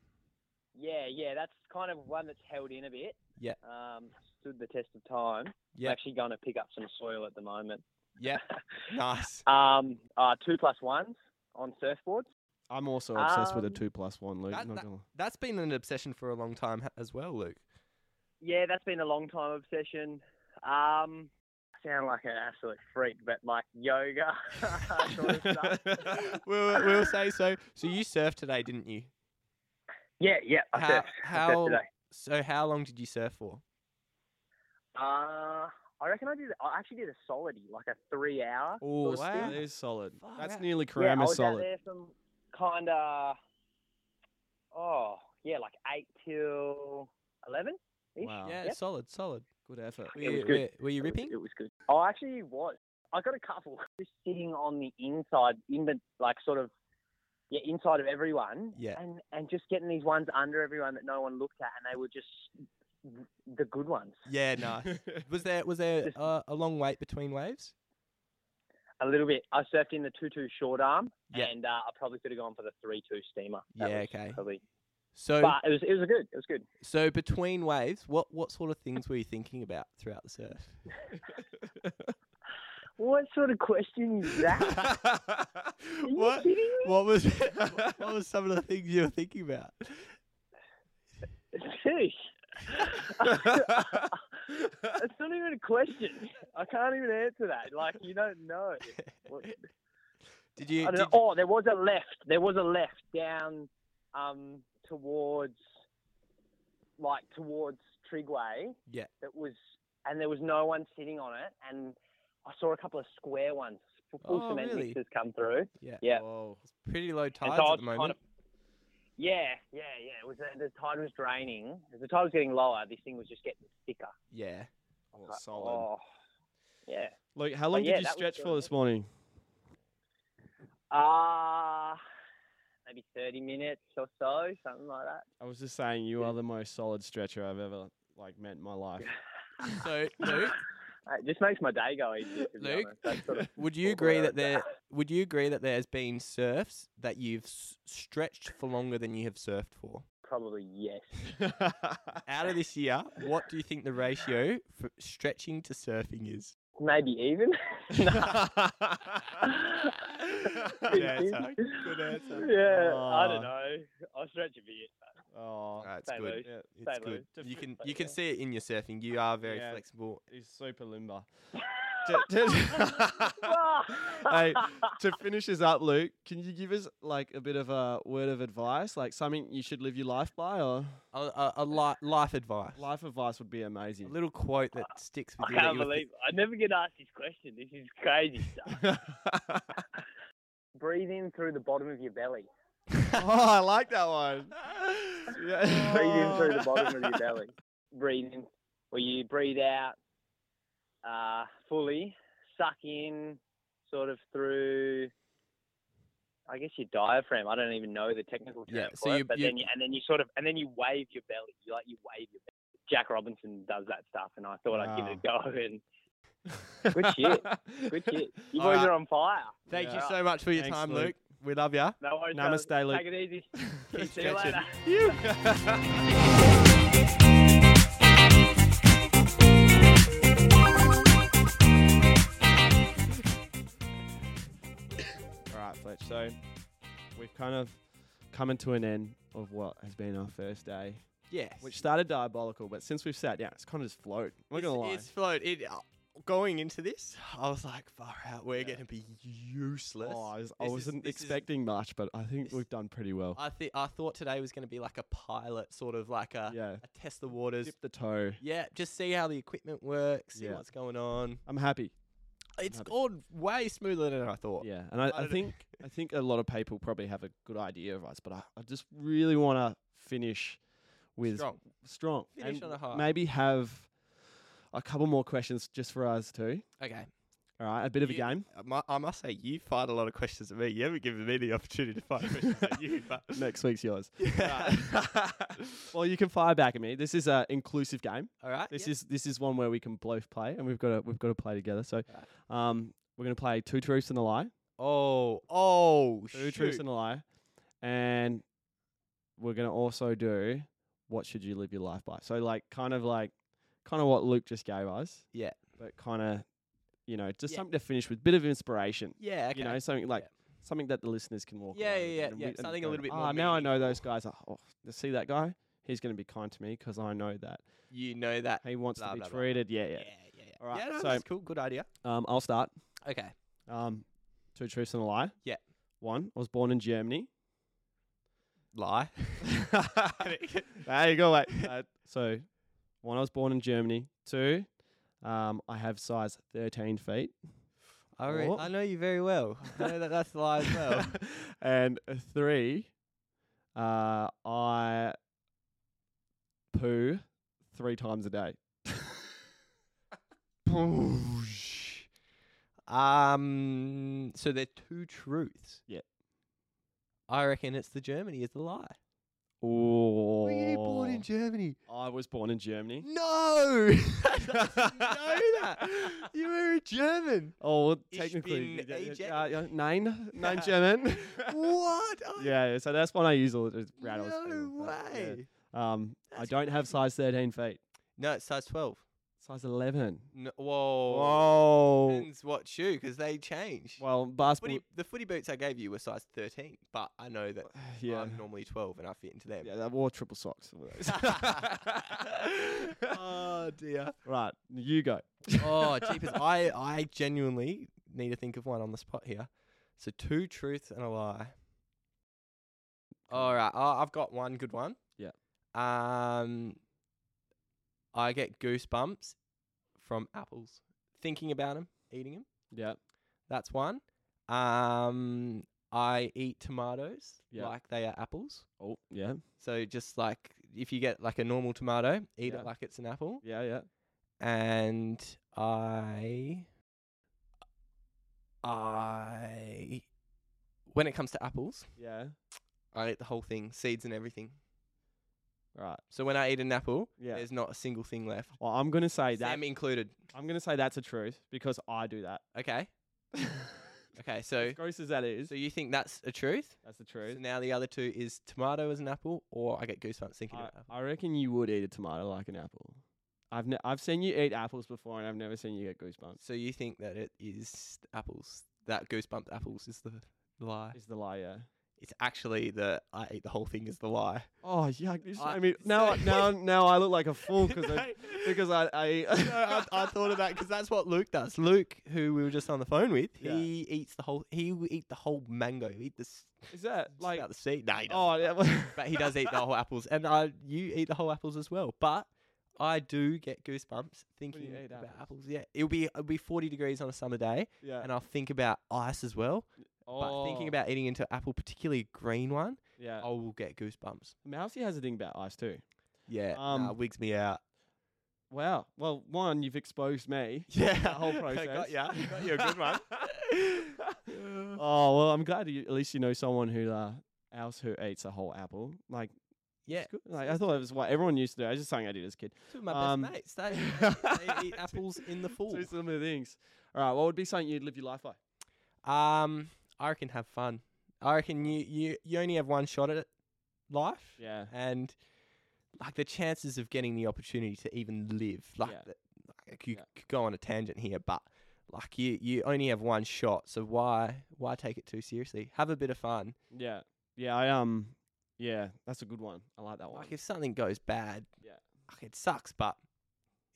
Speaker 1: Yeah, yeah, that's kind of one that's held in a bit.
Speaker 2: Yeah.
Speaker 1: Um, stood the test of time.
Speaker 2: Yeah.
Speaker 1: I'm actually going to pick up some soil at the moment.
Speaker 2: Yeah, nice.
Speaker 1: Um, uh, two plus ones on surfboards.
Speaker 3: I'm also obsessed with a
Speaker 1: Um,
Speaker 3: two plus one, Luke.
Speaker 2: that-
Speaker 3: not
Speaker 2: that-
Speaker 3: gonna lie.
Speaker 2: That's been an obsession for a long time ha- as well, Luke.
Speaker 1: Yeah, that's been a long time obsession. Um, I sound like an absolute freak, but like yoga, sort of stuff.
Speaker 2: we'll, we'll say so. So you surfed today, didn't you?
Speaker 1: Yeah, yeah. I
Speaker 2: How
Speaker 1: surfed. I surfed
Speaker 2: how
Speaker 1: today.
Speaker 2: so? How long did you surf for?
Speaker 1: Uh, I reckon I did. I actually did a solid, like a three hour.
Speaker 3: Oh,
Speaker 2: Wow.
Speaker 3: that is solid.
Speaker 2: Far
Speaker 3: That's
Speaker 2: out.
Speaker 3: nearly
Speaker 1: yeah, I
Speaker 3: Karama
Speaker 1: was out
Speaker 3: solid.
Speaker 1: there from kind of, oh yeah, like eight till eleven.
Speaker 3: Wow.
Speaker 2: Yeah,
Speaker 1: Uh, Yep.
Speaker 2: solid, solid.
Speaker 3: Good effort.
Speaker 2: Were
Speaker 1: It was
Speaker 2: you,
Speaker 1: good.
Speaker 2: were, were you ripping?
Speaker 1: It was good. I actually was. I got a couple just sitting on the inside, in the like sort of yeah, inside of everyone.
Speaker 2: Yeah.
Speaker 1: And and just getting these ones under everyone that no one looked at, and they were just the good ones.
Speaker 2: Yeah, no. was there was there uh, a long wait between waves?
Speaker 1: A little bit. I surfed in the two two short arm,
Speaker 2: Yeah.
Speaker 1: and uh, I probably could have gone for the three two steamer. That
Speaker 2: Yeah,
Speaker 1: was
Speaker 2: okay.
Speaker 1: Probably,
Speaker 2: So
Speaker 1: but it was it was good. It was good.
Speaker 2: so between waves, what what sort of things were you thinking about throughout the surf?
Speaker 1: What sort of question is that? Are you
Speaker 2: what
Speaker 1: kidding me?
Speaker 2: what was what was some of the things you were thinking about?
Speaker 1: Sheesh. It's not even a question. I can't even answer that. Like you don't know. What-
Speaker 2: Did you
Speaker 1: I don't know.
Speaker 2: did-
Speaker 1: Oh, there was a left. There was a left down um, towards, like towards Trigway.
Speaker 2: Yeah.
Speaker 1: That was, and there was no one sitting on it, and I saw a couple of square ones, f- full
Speaker 2: Oh,
Speaker 1: cement
Speaker 2: really?
Speaker 1: mixes come through.
Speaker 2: Yeah.
Speaker 1: Yeah.
Speaker 3: Whoa.
Speaker 2: pretty low
Speaker 1: And
Speaker 2: tides
Speaker 1: so I
Speaker 2: at
Speaker 1: was
Speaker 2: the
Speaker 1: kind
Speaker 2: moment?
Speaker 1: of- yeah, yeah, yeah. It was uh, the tide was draining. As the tide was getting lower, this thing was just getting thicker.
Speaker 2: Yeah.
Speaker 3: Oh,
Speaker 1: Like,
Speaker 3: solid.
Speaker 1: oh, yeah.
Speaker 3: Luke, how long
Speaker 1: yeah,
Speaker 3: did you
Speaker 1: that was
Speaker 3: stretch for
Speaker 1: good.
Speaker 3: this morning?
Speaker 1: Ah, maybe thirty minutes or so, something like that.
Speaker 3: I was just saying, you are the most solid stretcher I've ever like met in my life.
Speaker 2: So Luke,
Speaker 1: It just makes my day go easier. To be
Speaker 2: Luke?
Speaker 1: honest. That's sort of
Speaker 2: would you
Speaker 1: Or
Speaker 2: agree
Speaker 1: where
Speaker 2: that
Speaker 1: it's
Speaker 2: there
Speaker 1: at.
Speaker 2: would you agree that there's been surfs that you've s- stretched for longer than you have surfed for?
Speaker 1: probably yes.
Speaker 2: Out of this year, what do you think the ratio for stretching to surfing is?
Speaker 1: Maybe even.
Speaker 2: Good answer. Good answer. Ah.
Speaker 1: Yeah, I
Speaker 3: Oh.
Speaker 1: don't know. I stretch a bit.
Speaker 3: oh,
Speaker 2: That's
Speaker 1: Stay
Speaker 2: good.
Speaker 1: loose.
Speaker 3: yeah,
Speaker 2: Ah, It's
Speaker 1: Same
Speaker 2: good.
Speaker 3: mode.
Speaker 2: You can
Speaker 1: Different,
Speaker 2: you can
Speaker 1: yeah.
Speaker 2: see it in your surfing. You are very
Speaker 3: Yeah.
Speaker 2: flexible.
Speaker 3: he's super limber. Ju- ju-
Speaker 1: Ah!
Speaker 3: Hey, to finish this up, Luke, can you give us like a bit of a word of advice, like something you should live your life by, or
Speaker 2: A, a, a li- life advice.
Speaker 3: life advice would be
Speaker 2: A
Speaker 3: amazing.
Speaker 2: little quote that sticks with
Speaker 1: I
Speaker 2: you. that
Speaker 1: can't
Speaker 2: you would
Speaker 1: believe I never get asked this question. This is crazy stuff.
Speaker 3: oh,
Speaker 1: Breathe in through the bottom of your belly.
Speaker 3: Oh, I like that one. Yeah.
Speaker 1: Breathe in through the bottom of your belly. Breathe in. Well, you breathe out uh, fully. Suck in sort of through. I guess your diaphragm. I don't even know the technical term
Speaker 2: Yeah,
Speaker 1: for
Speaker 2: so
Speaker 1: it,
Speaker 2: you-
Speaker 1: but
Speaker 2: you-
Speaker 1: then you, and then you sort of and then you wave your belly. You like you wave your belly. Jack Robinson does that stuff, and I thought I'd give it a
Speaker 2: Ah.
Speaker 1: go. And Good shit. good shit, you
Speaker 2: All
Speaker 1: boys
Speaker 2: right.
Speaker 1: are on fire.
Speaker 2: Thank you
Speaker 1: Yeah.
Speaker 2: so much for your
Speaker 3: Thanks,
Speaker 2: time, Luke.
Speaker 3: Luke.
Speaker 2: We love you.
Speaker 1: No worries. fellas.
Speaker 3: Namaste, Luke.
Speaker 1: Take it easy.
Speaker 2: Keep
Speaker 1: See you
Speaker 2: stretching.
Speaker 1: later.
Speaker 3: All right, Fletch. So we've kind of coming to an end of what has been our first day,
Speaker 2: Yes.
Speaker 3: which started diabolical, but since we've sat down, it's kind of just float. We're
Speaker 2: it's,
Speaker 3: gonna lie.
Speaker 2: It's float. It, uh, going into this, I was like, far out. We're going to be useless.
Speaker 3: Oh, I, was, I
Speaker 2: This is-
Speaker 3: wasn't
Speaker 2: this is-
Speaker 3: expecting much, but I think
Speaker 2: this-
Speaker 3: we've done pretty well.
Speaker 2: I thi- I thought today was going to be like a pilot, sort of like a,
Speaker 3: yeah,
Speaker 2: a test the waters.
Speaker 3: dip the toe.
Speaker 2: Yeah, just see how the equipment works, see
Speaker 3: Yeah.
Speaker 2: what's going on.
Speaker 3: I'm happy.
Speaker 2: It's
Speaker 3: Happy.
Speaker 2: gone way smoother than I thought.
Speaker 3: Yeah, and
Speaker 2: I
Speaker 3: I, I,
Speaker 2: don't-
Speaker 3: think I think a lot of people probably have a good idea of us, but I, I just really want to finish with
Speaker 2: Strong.
Speaker 3: strong
Speaker 2: Finish
Speaker 3: and
Speaker 2: on a high.
Speaker 3: Maybe have a couple more questions just for us too.
Speaker 2: Okay.
Speaker 3: All right, a bit of a
Speaker 2: You-
Speaker 3: game.
Speaker 2: I mu- I must say, you fired a lot of questions at me. You haven't given me the opportunity to fire questions at you, but
Speaker 3: Next week's yours.
Speaker 2: Yeah.
Speaker 3: Well, you can fire back at me. This is a inclusive game.
Speaker 2: All right.
Speaker 3: This
Speaker 2: yeah.
Speaker 3: is this is one where we can both play, and we've got to we've got to play together. So, um, we're gonna play two truths and a lie.
Speaker 2: Oh, oh,
Speaker 3: Two truths
Speaker 2: shoot.
Speaker 3: and a lie, and we're gonna also do what should you live your life by. So like kind of like kind of what Luke just gave us.
Speaker 2: Yeah.
Speaker 3: But kind of you know just
Speaker 2: Yeah.
Speaker 3: something to finish with, bit of inspiration.
Speaker 2: Yeah. Okay.
Speaker 3: You know something like
Speaker 2: Yeah.
Speaker 3: something that the listeners can walk.
Speaker 2: Yeah,
Speaker 3: away
Speaker 2: yeah,
Speaker 3: with
Speaker 2: yeah,
Speaker 3: and
Speaker 2: yeah,
Speaker 3: we- and
Speaker 2: something a
Speaker 3: go,
Speaker 2: little bit more
Speaker 3: Ah, now I know those guys. Are, oh, see that guy? He's gonna be kind to me because I know that
Speaker 2: you know that.
Speaker 3: he wants
Speaker 2: Blah,
Speaker 3: to be
Speaker 2: blah, blah, blah.
Speaker 3: treated. Yeah, yeah.
Speaker 2: Yeah. Yeah. yeah.
Speaker 3: All right,
Speaker 2: Yeah, no,
Speaker 3: so-
Speaker 2: that's cool. Good idea.
Speaker 3: Um, I'll start.
Speaker 2: Okay.
Speaker 3: Um, two truths and a lie.
Speaker 2: Yeah.
Speaker 3: One, I was born in Germany.
Speaker 2: Lie.
Speaker 3: there you go, mate. Uh, so, one, I was born in Germany. Two, um, I have size 13 feet.
Speaker 2: I, re-
Speaker 3: What?
Speaker 2: I know you very well. I know that that's a lie as well.
Speaker 3: and uh, three, uh, I poo three times a day.
Speaker 2: Boosh. Um, so they're two truths.
Speaker 3: Yep.
Speaker 2: I reckon it's the Germany is the lie.
Speaker 3: Oh.
Speaker 2: Were you born in Mm. Germany?
Speaker 3: I was born in Germany.
Speaker 2: No, I didn't know that. You were a German.
Speaker 3: Oh, well,
Speaker 2: Ich
Speaker 3: technically,
Speaker 2: bin
Speaker 3: yeah, yeah, uh,
Speaker 2: AJ.
Speaker 3: yeah, yeah, nine, nine German.
Speaker 2: What? I-
Speaker 3: yeah, yeah, so that's one I use all the rattles.
Speaker 2: No
Speaker 3: all that, yeah.
Speaker 2: way.
Speaker 3: Um, I
Speaker 2: That's
Speaker 3: don't have
Speaker 2: crazy.
Speaker 3: size thirteen feet.
Speaker 2: No, it's size twelve.
Speaker 3: Size eleven.
Speaker 2: No, whoa.
Speaker 3: Whoa.
Speaker 2: Depends what shoe, because they change.
Speaker 3: Well, basketball.
Speaker 2: Footy, the footy boots I gave you were size 13, but I know that
Speaker 3: yeah.
Speaker 2: I'm normally 12 and I fit into them.
Speaker 3: Yeah, they wore triple socks. all those.
Speaker 2: oh dear.
Speaker 3: right, you go.
Speaker 2: Oh, jeepers. I, I genuinely need to think of one on the spot here. So two truths and a lie. All right. Oh, I've got one good one.
Speaker 3: Yeah.
Speaker 2: Um, I get goosebumps from apples. Thinking about 'em, eating 'em.
Speaker 3: Yeah.
Speaker 2: That's one. Um, I eat tomatoes
Speaker 3: Yeah.
Speaker 2: like they are apples.
Speaker 3: Oh, yeah.
Speaker 2: So just like if you get like a normal tomato, eat
Speaker 3: Yeah.
Speaker 2: it like it's an apple.
Speaker 3: Yeah, yeah.
Speaker 2: And I, I, when it comes to apples,
Speaker 3: Yeah.
Speaker 2: I eat the whole thing, seeds and everything.
Speaker 3: Right.
Speaker 2: So when I eat an apple,
Speaker 3: Yeah.
Speaker 2: there's not a single thing left,
Speaker 3: Well, I'm gonna say that.
Speaker 2: them included.
Speaker 3: I'm gonna say that's a truth because I do that.
Speaker 2: Okay. Okay. So
Speaker 3: as gross as that is,
Speaker 2: so you think that's a truth?
Speaker 3: that's the
Speaker 2: So
Speaker 3: truth.
Speaker 2: now the other two is tomato as an apple, or I get goosebumps thinking
Speaker 3: I,
Speaker 2: about apple.
Speaker 3: I reckon you would eat a tomato like an apple. I've ne- I've seen you eat apples before, and I've never seen you get goosebumps.
Speaker 2: So you think that it is apples? That goosebumped apples is the lie.
Speaker 3: Is the lie? Yeah.
Speaker 2: It's actually the I ate the whole thing is the lie.
Speaker 3: Oh yuck! You just
Speaker 2: I-
Speaker 3: made me now.
Speaker 2: so-
Speaker 3: now, now I look like a fool because I
Speaker 2: No.
Speaker 3: because I I,
Speaker 2: No, I, I thought of that because that's what Luke does. Luke, who we were just on the phone with,
Speaker 3: Yeah.
Speaker 2: he eats the whole. He will eat the whole mango. He'll eat the s-
Speaker 3: is that
Speaker 2: just
Speaker 3: like
Speaker 2: about the seed. No, he doesn't.
Speaker 3: oh yeah, well-
Speaker 2: but he does eat the whole apples, and I you eat the whole apples as well. But I do get goosebumps thinking
Speaker 3: eat
Speaker 2: about
Speaker 3: apples?
Speaker 2: apples. Yeah, it'll be it'll be forty degrees on a summer day,
Speaker 3: yeah.
Speaker 2: and I'll think about ice as well. But thinking
Speaker 3: Oh,
Speaker 2: about eating into apple, particularly a green one,
Speaker 3: yeah,
Speaker 2: I will get goosebumps.
Speaker 3: Mousy has a thing about ice too.
Speaker 2: Yeah,
Speaker 3: Um,
Speaker 2: nah, wigs me out.
Speaker 3: Wow. Well, one you've exposed me.
Speaker 2: Yeah,
Speaker 3: that whole process.
Speaker 2: got ya. Got you a good one. Uh,
Speaker 3: Oh well, I'm glad you, at least you know someone who uh, else who eats a whole apple. Like
Speaker 2: yeah,
Speaker 3: it's good. like I thought it was what everyone used to do. I was just something I did as a kid.
Speaker 2: two of my
Speaker 3: Um,
Speaker 2: best mates. They, they eat apples in the fall.
Speaker 3: Do similar things. All right. What would be something you'd live your life by?
Speaker 2: Um, I reckon have fun. I reckon you you you only have one shot at it, life.
Speaker 3: Yeah.
Speaker 2: and like the chances of getting the opportunity to even live like,
Speaker 3: Yeah.
Speaker 2: that, like you
Speaker 3: Yeah.
Speaker 2: could go on a tangent here but like you you only have one shot so why why take it too seriously have a bit of fun
Speaker 3: Yeah. Yeah. I um. Yeah. That's a good one. I like that one.
Speaker 2: like if something goes bad
Speaker 3: Yeah.
Speaker 2: like it sucks but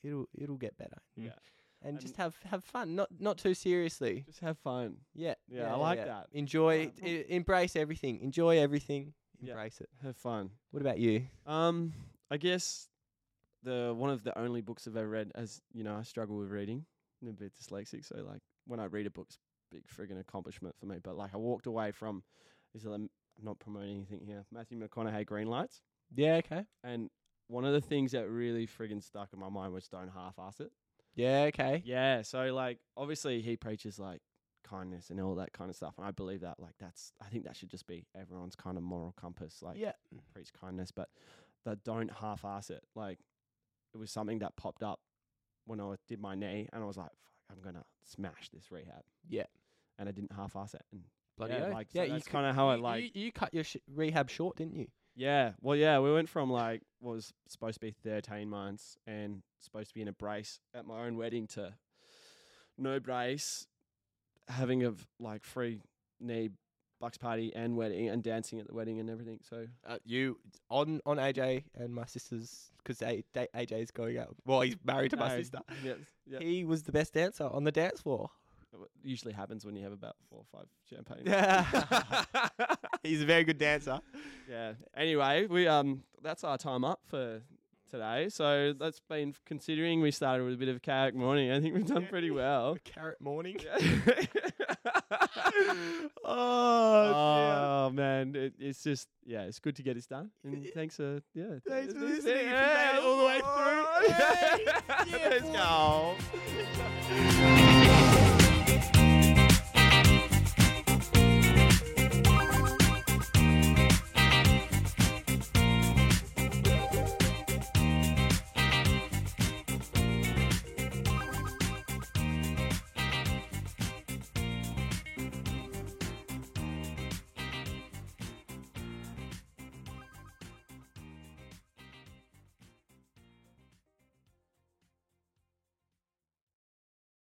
Speaker 2: it'll it'll get better Mm.
Speaker 3: Yeah.
Speaker 2: and,
Speaker 3: And-
Speaker 2: just have have fun not not too seriously
Speaker 3: Just have fun.
Speaker 2: yeah
Speaker 3: Yeah, I like that.
Speaker 2: enjoy
Speaker 3: Alright,
Speaker 2: I- embrace everything enjoy everything
Speaker 3: Yeah.
Speaker 2: embrace it
Speaker 3: Have fun.
Speaker 2: what about you
Speaker 3: Um. I guess the one of the only books I've ever read, as you know, I struggle with reading. I'm a bit dyslexic, so like when I read a book's a big friggin' accomplishment for me. But like I walked away from. Is it, I'm not promoting anything here. Matthew McConaughey, Green Lights.
Speaker 2: yeah okay
Speaker 3: And one of the things that really friggin' stuck in my mind was don't half ass it.
Speaker 2: yeah okay
Speaker 3: Yeah. So like obviously he preaches like kindness and all that kind of stuff. And I believe that like that's I think that should just be everyone's kind of moral compass. Like
Speaker 2: yeah
Speaker 3: preach kindness, but that don't half ass it. Like it was something that popped up when I did my knee and I was like, fuck, I'm gonna smash this rehab.
Speaker 2: Yeah.
Speaker 3: And I didn't half ass it. And
Speaker 2: bloody
Speaker 3: yeah,
Speaker 2: oath.
Speaker 3: like so that's
Speaker 2: cou-
Speaker 3: kind of how I
Speaker 2: you-
Speaker 3: like
Speaker 2: You, you cut your sh- rehab short, didn't you?
Speaker 3: Yeah. Well, yeah, we went from like what was supposed to be 13 months and supposed to be in a brace at my own wedding to no brace, having a v- like free knee bucks party and wedding and dancing at the wedding and everything. So
Speaker 2: Uh, you on on AJ and my sister's because AJ's going out. Well, he's married to my
Speaker 3: No,
Speaker 2: sister.
Speaker 3: Yes. Yeah.
Speaker 2: He was the best dancer on the dance floor.
Speaker 3: What usually happens when you have about four or five champagne.
Speaker 2: he's a very good dancer.
Speaker 3: yeah. Anyway, we um that's our time up for today. So that's been considering we started with a bit of a chaotic morning. I think we've done
Speaker 2: Yeah.
Speaker 3: pretty well.
Speaker 2: Carrot morning.
Speaker 3: oh, man, it, it's just yeah, it's good to get this done. And thanks for yeah,
Speaker 2: Thanks for
Speaker 3: this is
Speaker 2: listening. If you made
Speaker 3: Yeah.
Speaker 2: it all the way through, hey, yeah,
Speaker 3: Let's
Speaker 2: boy.
Speaker 3: go.